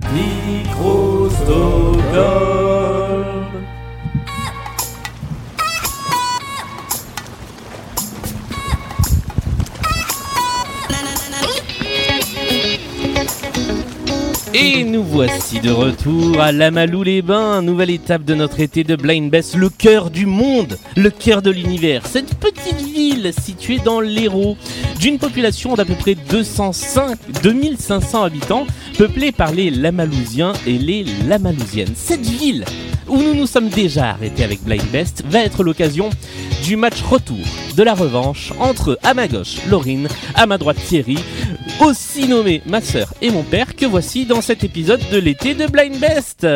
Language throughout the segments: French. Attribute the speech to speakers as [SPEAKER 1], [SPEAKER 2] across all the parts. [SPEAKER 1] Micro Stockholm. Et nous voici de retour à Lamalou-les-Bains, nouvelle étape de notre été de Blind Best, le cœur du monde, le cœur de l'univers. Cette petite ville située dans l'Hérault, d'une population d'à peu près 205, 2500 habitants, peuplée par les Lamalousiens et les Lamalousiennes. Cette ville, où nous nous sommes déjà arrêtés avec Blind Best, va être l'occasion du match retour, de la revanche entre à ma gauche Laurine, à ma droite Thierry, aussi nommé ma sœur et mon père, que voici dans cet épisode de l'été de Blind Best.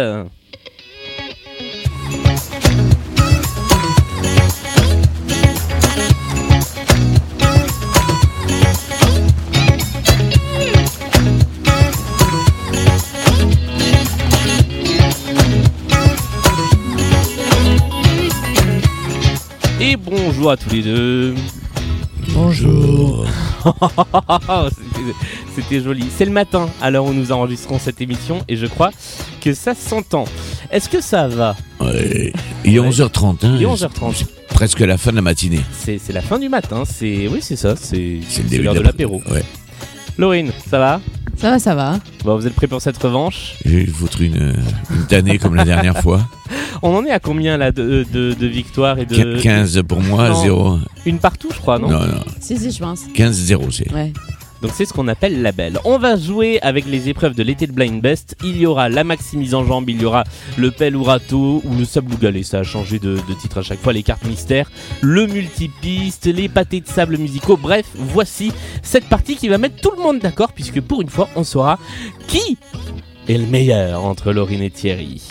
[SPEAKER 1] Et bonjour à tous les deux.
[SPEAKER 2] Bonjour.
[SPEAKER 1] C'était- C'était joli. C'est le matin à l'heure où nous enregistrons cette émission et je crois que ça s'entend. Est-ce que ça va
[SPEAKER 2] Ouais, Il est
[SPEAKER 1] Ouais.
[SPEAKER 2] 11h30. Hein,
[SPEAKER 1] Il est 11h30.
[SPEAKER 2] C'est Presque la fin de la matinée.
[SPEAKER 1] C'est c'est la fin du matin, c'est... Oui, c'est ça, c'est
[SPEAKER 2] C'est
[SPEAKER 1] c'est
[SPEAKER 2] le début
[SPEAKER 1] l'heure de
[SPEAKER 2] l'après-
[SPEAKER 1] l'apéro.
[SPEAKER 2] Ouais.
[SPEAKER 1] Laurine, ça va
[SPEAKER 3] Ça va, ça va.
[SPEAKER 1] Bon, vous êtes prêts pour cette revanche
[SPEAKER 2] Je vais lui foutre une, une tannée comme la dernière fois.
[SPEAKER 1] On en est à combien là de, de, de victoires et de.
[SPEAKER 2] Qu- 15 pour moi,
[SPEAKER 1] Non.
[SPEAKER 2] 0.
[SPEAKER 1] Une partout, je crois, non,
[SPEAKER 2] Non, non.
[SPEAKER 3] Si, si, je pense.
[SPEAKER 2] 15-0, c'est.
[SPEAKER 3] Ouais.
[SPEAKER 1] Donc c'est ce qu'on appelle la belle. On va jouer avec les épreuves de l'été de Blind Best. Il y aura la maximise en jambes, il y aura le pelle ou râteau ou le sable ou galet. Ça a changé de, de titre à chaque fois, les cartes mystères, le multipiste, les pâtés de sable musicaux. Bref, voici cette partie qui va mettre tout le monde d'accord puisque pour une fois, on saura qui est le meilleur entre Laurine et Thierry.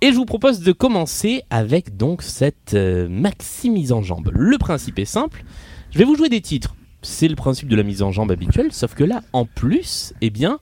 [SPEAKER 1] Et je vous propose de commencer avec donc cette euh, maximise en jambes. Le principe est simple. Je vais vous jouer des titres. C'est le principe de la mise en jambe habituelle, sauf que là, en plus, eh bien,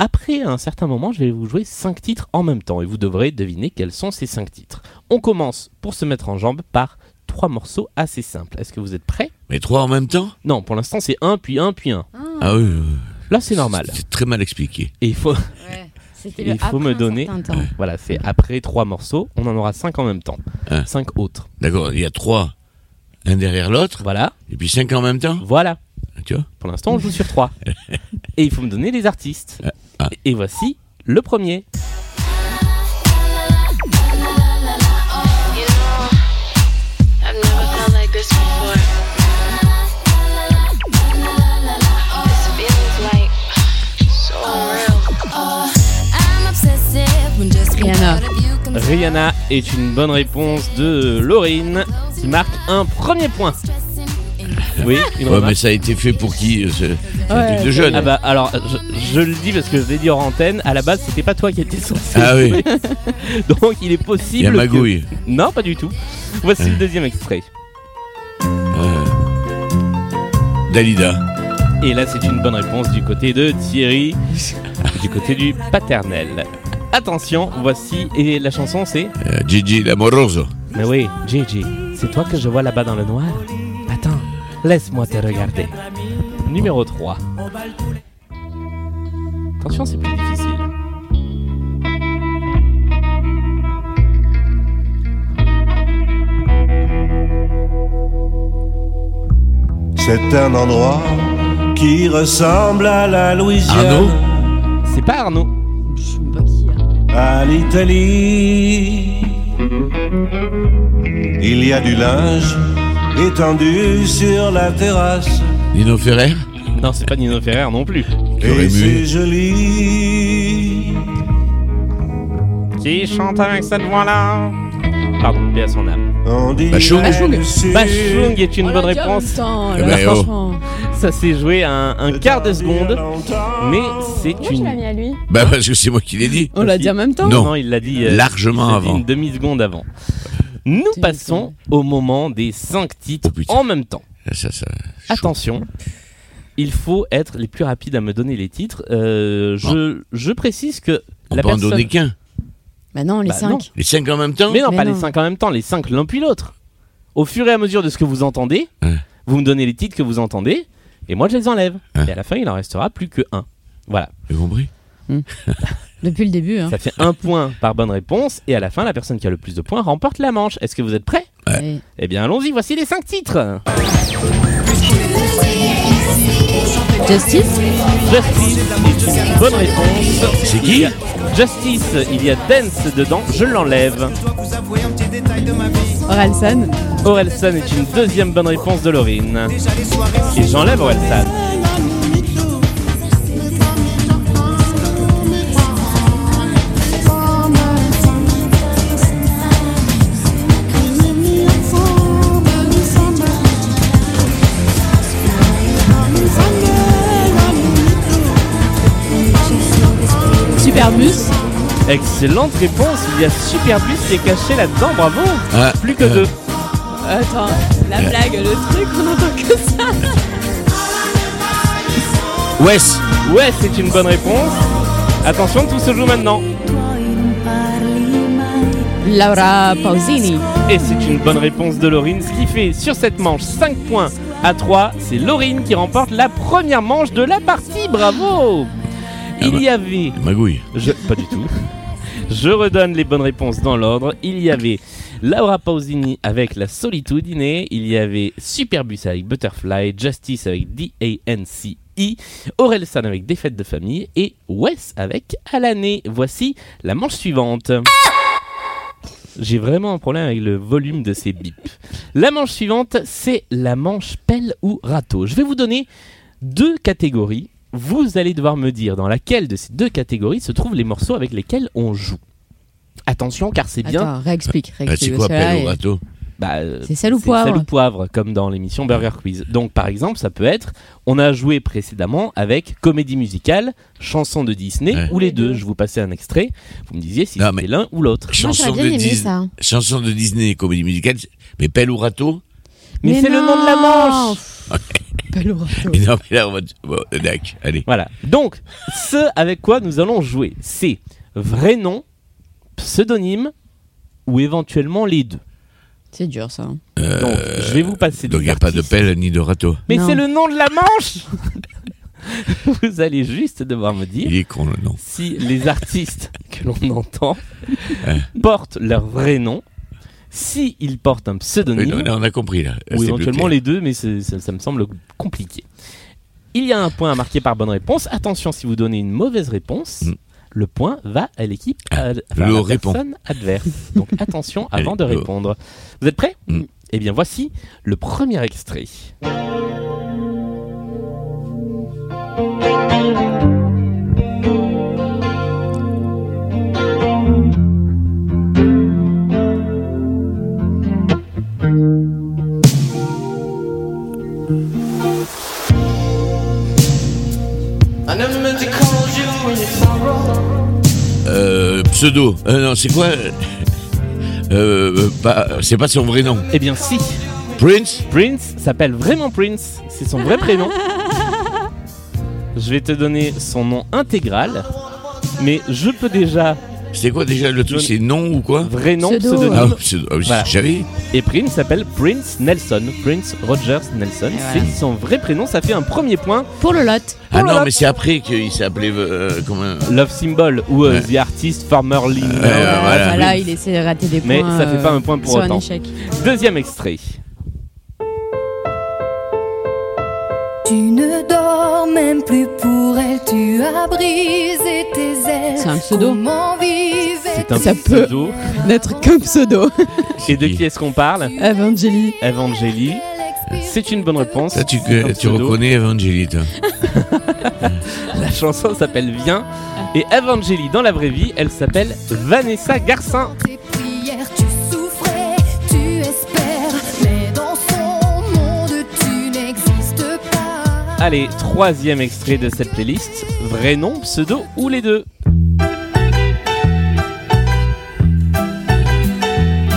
[SPEAKER 1] après un certain moment, je vais vous jouer 5 titres en même temps et vous devrez deviner quels sont ces 5 titres. On commence pour se mettre en jambe par trois morceaux assez simples. Est-ce que vous êtes prêts
[SPEAKER 2] Mais 3 en même temps
[SPEAKER 1] Non, pour l'instant, c'est un, puis un, puis un.
[SPEAKER 2] Ah oui. euh,
[SPEAKER 1] Là, c'est normal.
[SPEAKER 2] C'est très mal expliqué.
[SPEAKER 1] Et il faut,
[SPEAKER 3] ouais. C'était
[SPEAKER 1] Il faut
[SPEAKER 3] après
[SPEAKER 1] me
[SPEAKER 3] un
[SPEAKER 1] donner-
[SPEAKER 3] certain temps.
[SPEAKER 1] voilà, c'est après trois morceaux, on en aura 5 en même temps.
[SPEAKER 2] Hein.
[SPEAKER 1] 5 autres.
[SPEAKER 2] D'accord, il y a 3 un derrière l'autre,
[SPEAKER 1] Voilà,
[SPEAKER 2] et puis 5 en même temps. Ah,
[SPEAKER 1] voilà.
[SPEAKER 2] Tu vois
[SPEAKER 1] Pour l'instant, on joue sur trois. Et il faut me donner les artistes.
[SPEAKER 2] ah.
[SPEAKER 1] Et voici le premier.
[SPEAKER 4] You know, I've never felt like this before. This feels like so unreal.
[SPEAKER 3] Rihanna.
[SPEAKER 1] Rihanna est une bonne réponse de Laurine qui marque un premier point. Oui, une
[SPEAKER 2] Ouais,
[SPEAKER 1] remarque.
[SPEAKER 2] mais ça a été fait pour qui euh, ce- C'est
[SPEAKER 3] Ouais,
[SPEAKER 2] un truc de
[SPEAKER 3] c'est-
[SPEAKER 2] jeune.
[SPEAKER 1] bah. Ah bah alors je, je le dis parce que je l'ai dit hors antenne, à la base c'était pas toi qui étais censé.
[SPEAKER 2] Ah oui.
[SPEAKER 1] jouer. Donc il est
[SPEAKER 2] Il y
[SPEAKER 1] possible.
[SPEAKER 2] a magouille.
[SPEAKER 1] que- Non pas du tout. Voici le deuxième extrait.
[SPEAKER 2] Euh, Dalida.
[SPEAKER 1] Et là c'est une bonne réponse du côté de Thierry, du côté du paternel. Attention, voici et la chanson c'est.
[SPEAKER 2] Euh, Gigi Lamoroso.
[SPEAKER 1] Mais oui, Gigi, c'est toi que je vois là-bas dans le noir Attends, laisse-moi te regarder. Numéro 3. Attention, c'est plus difficile.
[SPEAKER 5] C'est un endroit qui ressemble à la
[SPEAKER 1] euh,
[SPEAKER 5] Louisiane,
[SPEAKER 1] C'est pas Arnaud.
[SPEAKER 3] Je sais pas qui. hein.
[SPEAKER 5] à l'Italie. Il y a du linge étendu sur la terrasse
[SPEAKER 2] Nino Ferrer.
[SPEAKER 1] Non, c'est pas Nino Ferrer non plus.
[SPEAKER 2] J'aurais
[SPEAKER 5] et
[SPEAKER 2] aimé.
[SPEAKER 5] c'est joli.
[SPEAKER 1] Qui chante avec cette voix-là Pardon, paix à son âme.
[SPEAKER 5] On dit
[SPEAKER 2] Bachung.
[SPEAKER 1] Bachung est une
[SPEAKER 3] On
[SPEAKER 1] bonne
[SPEAKER 3] Oh, l'a dit en
[SPEAKER 1] réponse.
[SPEAKER 3] même temps,
[SPEAKER 2] Eh
[SPEAKER 3] là,
[SPEAKER 2] ben, oh.
[SPEAKER 3] franchement.
[SPEAKER 1] Ça s'est joué à un, un quart de seconde, mais c'est
[SPEAKER 6] Moi, je l'ai
[SPEAKER 1] une.
[SPEAKER 6] mis à lui.
[SPEAKER 2] Bah
[SPEAKER 1] Hein?
[SPEAKER 2] parce que c'est moi qui l'ai dit.
[SPEAKER 3] On Oh, l'a dit en même temps.
[SPEAKER 2] Non.
[SPEAKER 1] il l'a dit euh,
[SPEAKER 2] Largement
[SPEAKER 1] il l'a dit
[SPEAKER 2] avant.
[SPEAKER 1] Une demi-seconde avant. Nous
[SPEAKER 3] Demi-seconde.
[SPEAKER 1] passons au moment des 5 titres
[SPEAKER 2] Oh, putain.
[SPEAKER 1] en même temps.
[SPEAKER 2] Ça, ça,
[SPEAKER 1] Attention, il faut être les plus rapides à me donner les titres. Euh, je, je précise que
[SPEAKER 2] On
[SPEAKER 1] la
[SPEAKER 2] peut en
[SPEAKER 1] personne.
[SPEAKER 2] donner qu'un.
[SPEAKER 3] Bah non, les
[SPEAKER 1] Bah, non.
[SPEAKER 3] cinq.
[SPEAKER 2] Les cinq en même temps
[SPEAKER 1] Mais non,
[SPEAKER 3] Mais
[SPEAKER 1] pas
[SPEAKER 3] non.
[SPEAKER 1] les cinq en même temps, les cinq l'un puis l'autre. Au fur et à mesure de ce que vous entendez,
[SPEAKER 2] Ouais.
[SPEAKER 1] vous me donnez les titres que vous entendez, et moi je les enlève.
[SPEAKER 2] Ouais.
[SPEAKER 1] Et à la fin, il en restera plus que un. Voilà.
[SPEAKER 2] Vous compris
[SPEAKER 3] Depuis le début. Hein.
[SPEAKER 1] Ça fait un point par bonne réponse et à la fin, la personne qui a le plus de points remporte la manche. Est-ce que vous êtes prêts
[SPEAKER 3] Ouais.
[SPEAKER 1] Eh bien, allons-y, voici les 5 titres.
[SPEAKER 3] Justice
[SPEAKER 1] Justice est une bonne réponse.
[SPEAKER 2] C'est
[SPEAKER 1] Il y a- Justice, il y a Dance dedans, je l'enlève.
[SPEAKER 3] Oralson
[SPEAKER 1] Orelsan est une deuxième bonne réponse de Laurine. Et j'enlève Orelsan.
[SPEAKER 3] Superbus
[SPEAKER 1] Excellente réponse, il y a Superbus qui est caché là-dedans, bravo
[SPEAKER 2] Ah,
[SPEAKER 1] Plus que
[SPEAKER 2] euh,
[SPEAKER 1] deux.
[SPEAKER 3] Attends, la blague, le truc, on entend que ça
[SPEAKER 2] Wes.
[SPEAKER 1] Ouais, c'est une bonne réponse. Attention, tout se joue maintenant.
[SPEAKER 3] Laura Pausini
[SPEAKER 1] Et c'est une bonne réponse de Laurine, ce qui fait sur cette manche 5 points à 3. C'est Laurine qui remporte la première manche de la partie, bravo Il y avait
[SPEAKER 2] Magouille.
[SPEAKER 1] Ah bah, Je, pas du tout. Je redonne les bonnes réponses dans l'ordre. Il y avait Laura Pausini avec La Solitudine. Il y avait Superbus avec Butterfly. Justice avec D-A-N-C-E. E, Orelsan avec Défaite de famille. Et Wes avec À l'année. Voici la manche suivante. J'ai vraiment un problème avec le volume de ces bips. La manche suivante, c'est la manche pelle ou râteau. Je vais vous donner deux catégories. Vous allez devoir me dire dans laquelle de ces deux catégories se trouvent les morceaux avec lesquels on joue. Attention, car c'est bien.
[SPEAKER 3] Attends, réexplique,
[SPEAKER 2] Ah, C'est
[SPEAKER 3] réexplique.
[SPEAKER 2] quoi,
[SPEAKER 3] parce que là,
[SPEAKER 2] pelle au
[SPEAKER 3] elle-
[SPEAKER 2] râteau
[SPEAKER 1] bah, euh,
[SPEAKER 3] C'est sel ou poivre
[SPEAKER 1] Sel ou poivre, comme dans l'émission Burger Quiz. Donc, par exemple, ça peut être on a joué précédemment avec comédie musicale, chanson de Disney,
[SPEAKER 2] Ouais.
[SPEAKER 1] ou les deux. Je vous passais un extrait. Vous me disiez si
[SPEAKER 2] Non,
[SPEAKER 1] c'était
[SPEAKER 2] mais-
[SPEAKER 1] l'un ou l'autre.
[SPEAKER 3] Moi, j'aurais
[SPEAKER 2] Chanson
[SPEAKER 3] bien
[SPEAKER 2] de,
[SPEAKER 3] aimé
[SPEAKER 2] Dis-
[SPEAKER 3] ça.
[SPEAKER 2] chanson de Disney, comédie musicale. Mais pelle ou râteau
[SPEAKER 1] Mais, c'est le nom de la
[SPEAKER 3] non
[SPEAKER 1] manche
[SPEAKER 3] Belle orato.
[SPEAKER 2] Mais non, mais là, on va. Bon, euh, dac, allez.
[SPEAKER 1] Voilà. Donc, ce avec quoi nous allons jouer, c'est vrai nom, pseudonyme ou éventuellement les deux.
[SPEAKER 3] C'est dur ça.
[SPEAKER 1] Donc, je vais vous passer
[SPEAKER 2] Euh, Donc, il
[SPEAKER 1] des
[SPEAKER 2] n'y a pas de
[SPEAKER 1] artistes.
[SPEAKER 2] pelle ni de râteau.
[SPEAKER 1] Mais
[SPEAKER 3] Non.
[SPEAKER 1] c'est le nom de la manche Vous allez juste devoir me dire
[SPEAKER 2] Il est con, le nom.
[SPEAKER 1] si les artistes que l'on entend portent leur vrai nom, si ils portent un
[SPEAKER 2] Oui, non,
[SPEAKER 1] pseudonyme,
[SPEAKER 2] non, on a compris, là. Là,
[SPEAKER 1] ou
[SPEAKER 2] c'est
[SPEAKER 1] éventuellement
[SPEAKER 2] plus
[SPEAKER 1] les deux, mais c'est- ça, ça me semble compliqué. Il y a un point à marquer par bonne réponse. Attention, si vous donnez une mauvaise réponse,
[SPEAKER 2] Mm. Ah,
[SPEAKER 1] le point va à l'équipe, à, enfin, à
[SPEAKER 2] le
[SPEAKER 1] la
[SPEAKER 2] répond.
[SPEAKER 1] personne adverse. Donc attention
[SPEAKER 2] Allez,
[SPEAKER 1] avant de
[SPEAKER 2] go.
[SPEAKER 1] répondre. Vous êtes prêts
[SPEAKER 2] Mm.
[SPEAKER 1] Eh bien, voici le premier extrait.
[SPEAKER 2] clair. Euh, pseudo. Euh, non, c'est quoi euh, euh, pas- C'est pas son vrai nom.
[SPEAKER 1] Eh bien, si
[SPEAKER 2] Prince
[SPEAKER 1] Prince s'appelle vraiment Prince, c'est son vrai prénom. Je vais te donner son nom intégral, mais je peux déjà
[SPEAKER 2] C'était quoi déjà le truc
[SPEAKER 1] Je-
[SPEAKER 2] C'est nom ou quoi
[SPEAKER 1] vrai nom
[SPEAKER 3] Pseudo,
[SPEAKER 1] pseudonyme.
[SPEAKER 2] Ah, pseudo. Ah, oui,
[SPEAKER 1] Voilà.
[SPEAKER 2] j'avais.
[SPEAKER 1] Et Prince s'appelle Prince Nelson, Prince Rogers Nelson.
[SPEAKER 3] Et
[SPEAKER 1] C'est
[SPEAKER 3] voilà.
[SPEAKER 1] son vrai prénom, ça fait un premier point.
[SPEAKER 3] Pour le lot.
[SPEAKER 2] Ah
[SPEAKER 1] Oh là
[SPEAKER 2] non,
[SPEAKER 1] là.
[SPEAKER 2] mais c'est après qu'il s'appelait. euh, comment
[SPEAKER 1] Love Symbol ou euh,
[SPEAKER 2] Ouais.
[SPEAKER 1] The Artist Formerly. known
[SPEAKER 2] ouais,
[SPEAKER 1] as
[SPEAKER 2] ouais, voilà.
[SPEAKER 1] Prince.
[SPEAKER 3] voilà, il essaie de rater des
[SPEAKER 1] Mais
[SPEAKER 3] points.
[SPEAKER 1] ça fait pas
[SPEAKER 3] euh,
[SPEAKER 1] un point pour
[SPEAKER 3] sur
[SPEAKER 1] autant.
[SPEAKER 3] un échec.
[SPEAKER 1] Deuxième extrait.
[SPEAKER 6] Tu ne dors même plus pour elle, tu as brisé tes ailes.
[SPEAKER 3] C'est un pseudo.
[SPEAKER 6] Comment vivais
[SPEAKER 1] C'est un
[SPEAKER 3] Ça peut.
[SPEAKER 1] pseudo.
[SPEAKER 3] Notre comme pseudo.
[SPEAKER 1] Et de qui est-ce qu'on parle
[SPEAKER 3] Evangélie.
[SPEAKER 1] Evangélie. C'est une bonne réponse.
[SPEAKER 2] Ça, tu,
[SPEAKER 1] C'est un
[SPEAKER 2] tu
[SPEAKER 1] pseudo.
[SPEAKER 2] reconnais Evangelite.
[SPEAKER 1] La chanson s'appelle Viens.
[SPEAKER 3] Ah.
[SPEAKER 1] Et Evangélie, dans la vraie vie, elle s'appelle Vanessa Garcin.
[SPEAKER 6] Tes prières, tu souffrais, tu espères, mais dans son monde tu n'existes pas.
[SPEAKER 1] Allez, troisième extrait de cette playlist. Vrai nom, pseudo ou les deux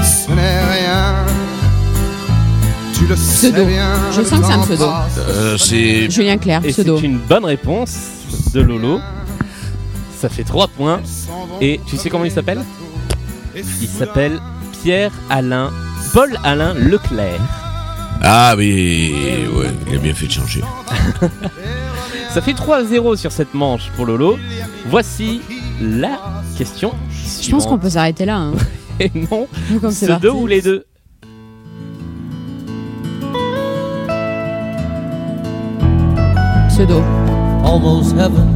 [SPEAKER 7] Ce n'est rien. Tu le sais
[SPEAKER 3] Pseudo.
[SPEAKER 7] bien.
[SPEAKER 3] Je
[SPEAKER 7] le
[SPEAKER 3] sens que c'est un
[SPEAKER 7] temps
[SPEAKER 3] pseudo.
[SPEAKER 7] passe.
[SPEAKER 2] Euh, c'est.
[SPEAKER 3] Julien Clerc,
[SPEAKER 1] Et c'est
[SPEAKER 3] pseudo.
[SPEAKER 1] une bonne réponse de Lolo. Ça fait 3 points. Et tu sais comment il s'appelle Il s'appelle Pierre-Alain, Paul-Alain Leclerc.
[SPEAKER 2] Ah, mais. Ouais, il a bien fait de changer.
[SPEAKER 1] Ça fait 3-0 sur cette manche pour Lolo. Voici la question.
[SPEAKER 3] Je pense qu'on peut s'arrêter là. Hein.
[SPEAKER 1] Et non,
[SPEAKER 3] Vu comme
[SPEAKER 1] ce
[SPEAKER 3] c'est
[SPEAKER 1] deux
[SPEAKER 3] parti.
[SPEAKER 1] ou les deux
[SPEAKER 3] Pseudo.
[SPEAKER 8] Almost heaven,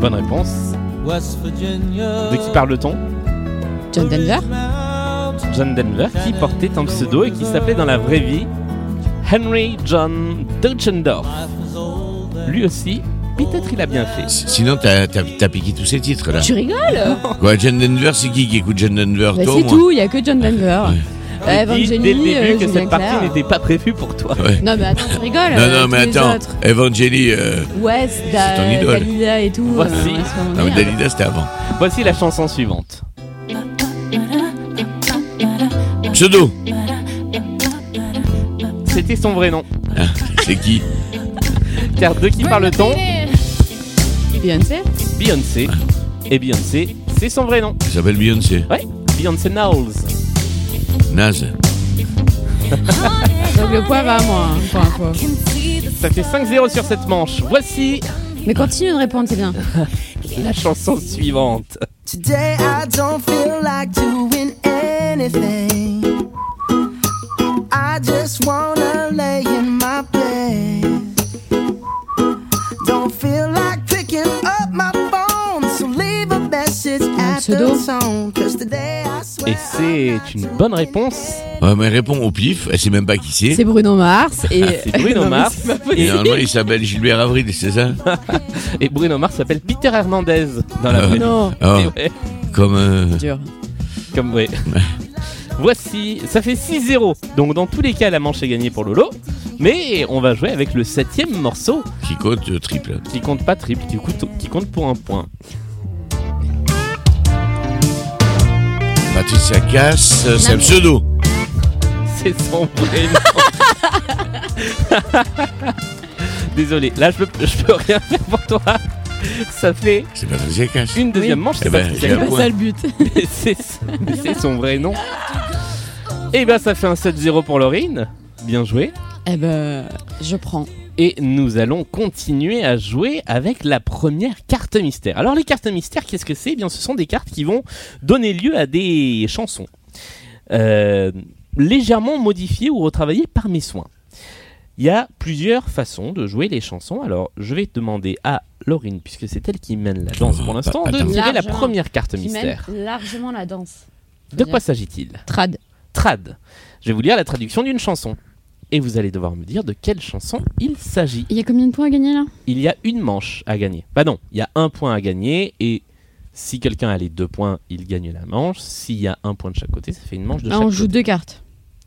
[SPEAKER 1] Bonne réponse.
[SPEAKER 8] West Virginia.
[SPEAKER 1] De qui parle-t-on
[SPEAKER 3] John Denver.
[SPEAKER 1] John Denver, qui portait un pseudo et qui s'appelait dans la vraie vie Henry John Deutschendorf. Lui aussi, peut-être il a bien fait.
[SPEAKER 2] S- Sinon, t'as t'as- t'as piqué tous ces titres là.
[SPEAKER 3] Tu rigoles
[SPEAKER 2] Quoi, John Denver, c'est qui qui écoute John Denver
[SPEAKER 3] Bah,
[SPEAKER 2] Toi,
[SPEAKER 3] C'est
[SPEAKER 2] moi
[SPEAKER 3] tout, il n'y a que John Denver. Euh,
[SPEAKER 1] Il dit
[SPEAKER 3] Evangeline,
[SPEAKER 1] dès le début
[SPEAKER 3] euh,
[SPEAKER 1] que
[SPEAKER 3] Julien
[SPEAKER 1] cette partie
[SPEAKER 3] Clerc.
[SPEAKER 1] n'était pas prévue pour toi.
[SPEAKER 2] Ouais.
[SPEAKER 3] Non, mais attends, tu rigoles.
[SPEAKER 2] Non,
[SPEAKER 3] euh,
[SPEAKER 2] non, mais
[SPEAKER 3] tous les
[SPEAKER 2] attends,
[SPEAKER 3] autres.
[SPEAKER 2] Evangeli, euh...
[SPEAKER 3] West,
[SPEAKER 2] ton
[SPEAKER 3] Da-
[SPEAKER 2] idole.
[SPEAKER 3] Dalida et tout.
[SPEAKER 1] Voici.
[SPEAKER 3] euh, ouais, c'est pas mon
[SPEAKER 2] non, mais
[SPEAKER 3] délire.
[SPEAKER 2] Dalida, c'était avant.
[SPEAKER 1] Voici la chanson suivante.
[SPEAKER 2] Pseudo,
[SPEAKER 1] C'était son vrai nom.
[SPEAKER 2] c'est qui
[SPEAKER 1] Car de qui parle-t-on
[SPEAKER 3] Beyoncé
[SPEAKER 1] Beyoncé. Et Beyoncé, c'est son vrai nom.
[SPEAKER 2] Elle s'appelle Beyoncé.
[SPEAKER 1] Ouais, Beyoncé Knowles.
[SPEAKER 2] Naze.
[SPEAKER 3] Donc le poids va à moi. hein, pour un coup.
[SPEAKER 1] Ça fait 5-0 sur cette manche. Voici
[SPEAKER 3] Mais continue de répondre, c'est bien.
[SPEAKER 1] la chanson suivante.
[SPEAKER 9] Today I don't feel like doing anything. I just wanna lay in my bed. Don't feel like picking up my phone, so leave a message after
[SPEAKER 3] pseudo.
[SPEAKER 9] the tone. Cause today I swear.
[SPEAKER 1] Et c'est une bonne réponse.
[SPEAKER 2] Ouais, mais réponds au pif, elle sait même pas qui c'est.
[SPEAKER 3] C'est Bruno Mars et.
[SPEAKER 1] Ah, C'est Bruno
[SPEAKER 3] Non, mais
[SPEAKER 1] Mars.
[SPEAKER 3] c'est pas possible.
[SPEAKER 2] Et normalement, il s'appelle Gilbert Avril, c'est ça
[SPEAKER 1] Et Bruno Mars s'appelle Peter Hernandez dans la vraie vie.
[SPEAKER 3] Non,
[SPEAKER 2] Oh,
[SPEAKER 1] Et ouais,
[SPEAKER 2] comme. euh,
[SPEAKER 3] dur.
[SPEAKER 1] comme ouais. Voici, ça fait 6-0. Donc dans tous les cas, la manche est gagnée pour Lolo. Mais on va jouer avec le septième morceau
[SPEAKER 2] qui compte euh, triple.
[SPEAKER 1] qui compte pas triple, qui coûte- qui compte pour un point.
[SPEAKER 2] Patricia Cass, euh, c'est un pseudo.
[SPEAKER 1] C'est son vrai nom. Désolé, là je peux, je peux rien faire pour toi. Ça fait
[SPEAKER 2] C'est Patricia Cass.
[SPEAKER 1] une deuxième manche, c'est
[SPEAKER 2] Eh ben,
[SPEAKER 1] Patricia
[SPEAKER 2] j'ai
[SPEAKER 3] C'est
[SPEAKER 2] un
[SPEAKER 1] Cass.
[SPEAKER 3] pas
[SPEAKER 2] point.
[SPEAKER 3] ça le but.
[SPEAKER 1] Mais c'est mais c'est son vrai nom. Et ben ça fait un 7-0 pour Laurine. Bien joué.
[SPEAKER 3] eh ben, je prends.
[SPEAKER 1] Et nous allons continuer à jouer avec la première carte mystère. Alors les cartes mystères, qu'est-ce que c'est Eh bien ce sont des cartes qui vont donner lieu à des chansons. Euh, légèrement modifiées ou retravaillées par mes soins. Il y a plusieurs façons de jouer les chansons. Alors je vais demander à Laurine, puisque c'est elle qui mène la danse pour l'instant, de
[SPEAKER 2] Attends.
[SPEAKER 1] tirer la
[SPEAKER 3] Largement.
[SPEAKER 1] première carte
[SPEAKER 3] Qui mène
[SPEAKER 1] mystère.
[SPEAKER 3] largement la danse.
[SPEAKER 1] De quoi s'agit-il
[SPEAKER 3] Trad.
[SPEAKER 1] trad. Je vais vous lire la traduction d'une chanson. Et vous allez devoir me dire de quelle chanson il s'agit.
[SPEAKER 3] Il y a combien de points à gagner là
[SPEAKER 1] Il y a une manche à gagner. Bah non, il y a un point à gagner et si quelqu'un a les deux points, il gagne la manche. S'il y a un point de chaque côté, ça fait une manche de
[SPEAKER 3] Là,
[SPEAKER 1] chaque
[SPEAKER 3] Ah, Bah, on joue
[SPEAKER 1] côté.
[SPEAKER 3] deux cartes,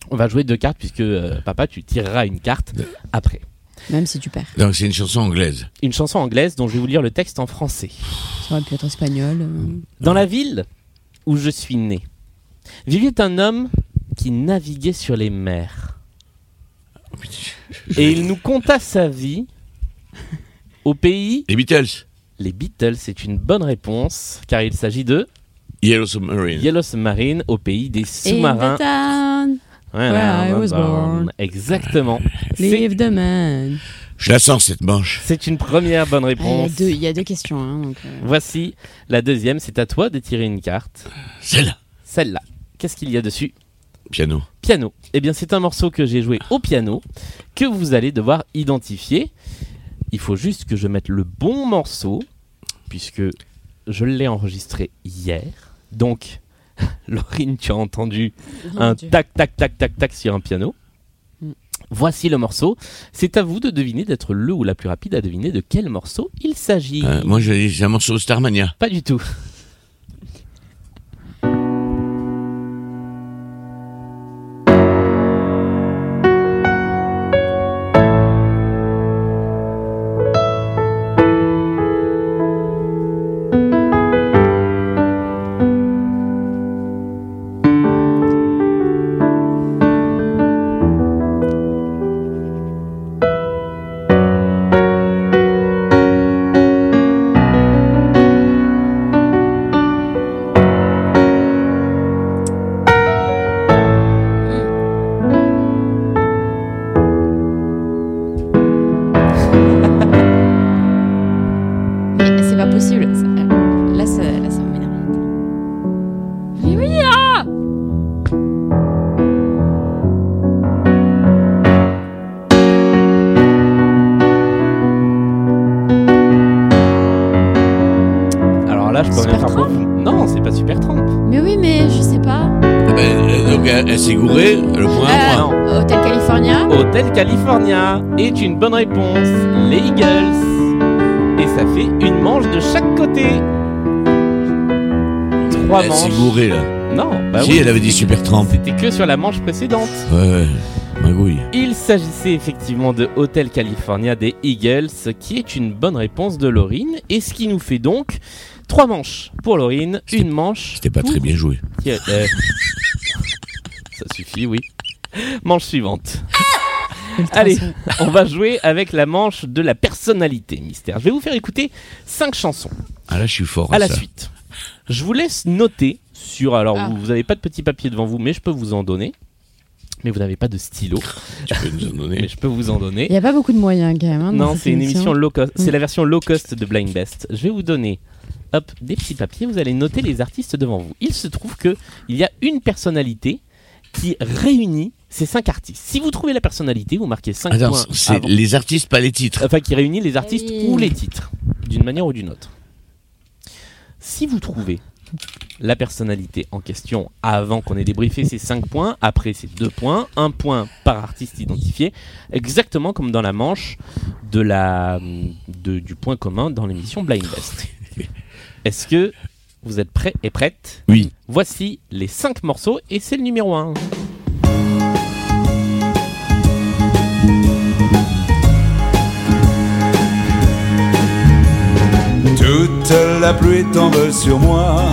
[SPEAKER 1] On va jouer deux cartes puisque euh, papa, tu tireras une carte après.
[SPEAKER 3] même si tu perds.
[SPEAKER 2] Donc, c'est une chanson anglaise.
[SPEAKER 1] Une chanson anglaise dont je vais vous lire le texte en français.
[SPEAKER 3] Ça aurait pu être espagnol. euh.
[SPEAKER 1] Dans la ville où je suis né, vivait un homme qui naviguait sur les mers. Oh, Et il nous conta sa vie au pays.
[SPEAKER 2] Les Beatles.
[SPEAKER 1] Les Beatles, c'est une bonne réponse, car il s'agit de
[SPEAKER 2] Yellow Submarine.
[SPEAKER 1] Yellow Submarine au pays des
[SPEAKER 3] In
[SPEAKER 1] sous-marins.
[SPEAKER 3] the town,
[SPEAKER 1] Ouais,
[SPEAKER 3] Where I
[SPEAKER 1] ouais,
[SPEAKER 3] was
[SPEAKER 1] ouais,
[SPEAKER 3] born.
[SPEAKER 1] ouais. Exactement. C'est
[SPEAKER 3] leave the man.
[SPEAKER 2] Je la sens, cette manche.
[SPEAKER 1] c'est une première bonne
[SPEAKER 3] Ah, Il y, a
[SPEAKER 1] réponse.
[SPEAKER 3] deux- il y a deux questions. hein, donc, euh,
[SPEAKER 1] Voici la deuxième, c'est à toi de tirer une carte.
[SPEAKER 2] Celle-là.
[SPEAKER 1] Celle-là. Qu'est-ce qu'il y a dessus
[SPEAKER 2] Piano.
[SPEAKER 1] piano. Eh bien, c'est un morceau que j'ai joué au piano que vous allez devoir identifier. Il faut juste que je mette le bon morceau puisque je l'ai enregistré hier. Donc, Laurine, tu as entendu un
[SPEAKER 3] Oh, Dieu.
[SPEAKER 1] tac tac tac tac tac sur un piano.
[SPEAKER 3] Mm.
[SPEAKER 1] Voici le morceau. C'est à vous de deviner, d'être le ou la plus rapide à deviner de quel morceau il s'agit.
[SPEAKER 2] Euh, moi, je dis, c'est un morceau de Starmania.
[SPEAKER 1] Pas du tout.
[SPEAKER 3] euh,
[SPEAKER 1] là, je peux rien
[SPEAKER 3] Super
[SPEAKER 1] faire. pour vous. Non, c'est pas super Trump.
[SPEAKER 3] Mais oui, mais je sais pas.
[SPEAKER 2] Ah ben, euh, donc elle, elle s'est gourée, le point
[SPEAKER 1] Ah,
[SPEAKER 2] à
[SPEAKER 3] Euh,
[SPEAKER 2] moi.
[SPEAKER 3] Hotel California.
[SPEAKER 1] Hotel California est une bonne réponse. Les Eagles. Et ça fait une manche de chaque côté. Trois
[SPEAKER 2] Elle s'est
[SPEAKER 1] manches.
[SPEAKER 2] gourée là.
[SPEAKER 1] Non, bah
[SPEAKER 2] si,
[SPEAKER 1] oui.
[SPEAKER 2] elle avait dit super trempe.
[SPEAKER 1] C'était que sur la manche précédente.
[SPEAKER 2] Ouais, ouais, magouille.
[SPEAKER 1] Il s'agissait effectivement de Hotel California des Eagles, ce qui est une bonne réponse de Laurine, et ce qui nous fait donc trois manches pour Laurine, une manche.
[SPEAKER 2] C'était pas très bien joué.
[SPEAKER 1] Tiens, euh, Ça suffit, oui. Manche suivante. Allez, on va jouer avec la manche de la personnalité, mystère. Je vais vous faire écouter cinq chansons
[SPEAKER 2] Ah là, je suis fort.
[SPEAKER 1] à la
[SPEAKER 2] ça.
[SPEAKER 1] suite. Je vous laisse noter sur. Alors,
[SPEAKER 3] Ah.
[SPEAKER 1] vous- vous n'avez pas de petit papier devant vous, mais je peux vous en donner. Mais vous n'avez pas de stylo,
[SPEAKER 2] Tu peux nous en donner.
[SPEAKER 1] mais je peux vous en donner.
[SPEAKER 10] Il n'y a pas beaucoup de moyens quand même. hein, dans
[SPEAKER 1] Non,
[SPEAKER 10] cette
[SPEAKER 1] c'est une émission low cost.
[SPEAKER 10] Mm.
[SPEAKER 1] C'est la version low cost de Blind Best. Je vais vous donner hop, des petits papiers. Vous allez noter les artistes devant vous. Il se trouve que il y a une personnalité qui réunit ces cinq artistes. Si vous trouvez la personnalité, vous marquez 5
[SPEAKER 2] Attends,
[SPEAKER 1] points.
[SPEAKER 2] c'est
[SPEAKER 1] avant.
[SPEAKER 2] les artistes, pas les titres.
[SPEAKER 1] Enfin, qui réunit les artistes
[SPEAKER 10] Oui.
[SPEAKER 1] ou les titres, d'une manière ou d'une autre. Si vous trouvez la personnalité en question avant qu'on ait débriefé ces 5 points, après ces 2 points, 1 point par artiste identifié, exactement comme dans la manche de la, de- du point commun dans l'émission Blind Best. Est-ce que vous êtes prêts et prêtes
[SPEAKER 2] Oui.
[SPEAKER 1] Voici les 5 morceaux et c'est le numéro 1.
[SPEAKER 5] Toute la pluie tombe sur moi.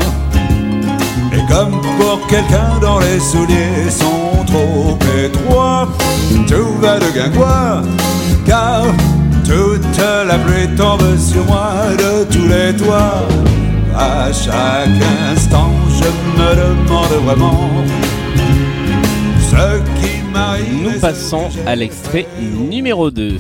[SPEAKER 5] Et comme pour quelqu'un dont les souliers sont trop étroits, tout va de guingois. Car toute la pluie tombe sur moi de tous les toits. À chaque instant, je me demande vraiment ce qui m'arrive. et
[SPEAKER 1] Nous
[SPEAKER 5] ce
[SPEAKER 1] passons
[SPEAKER 5] que j'ai
[SPEAKER 1] à l'extrait
[SPEAKER 5] fait.
[SPEAKER 1] numéro 2.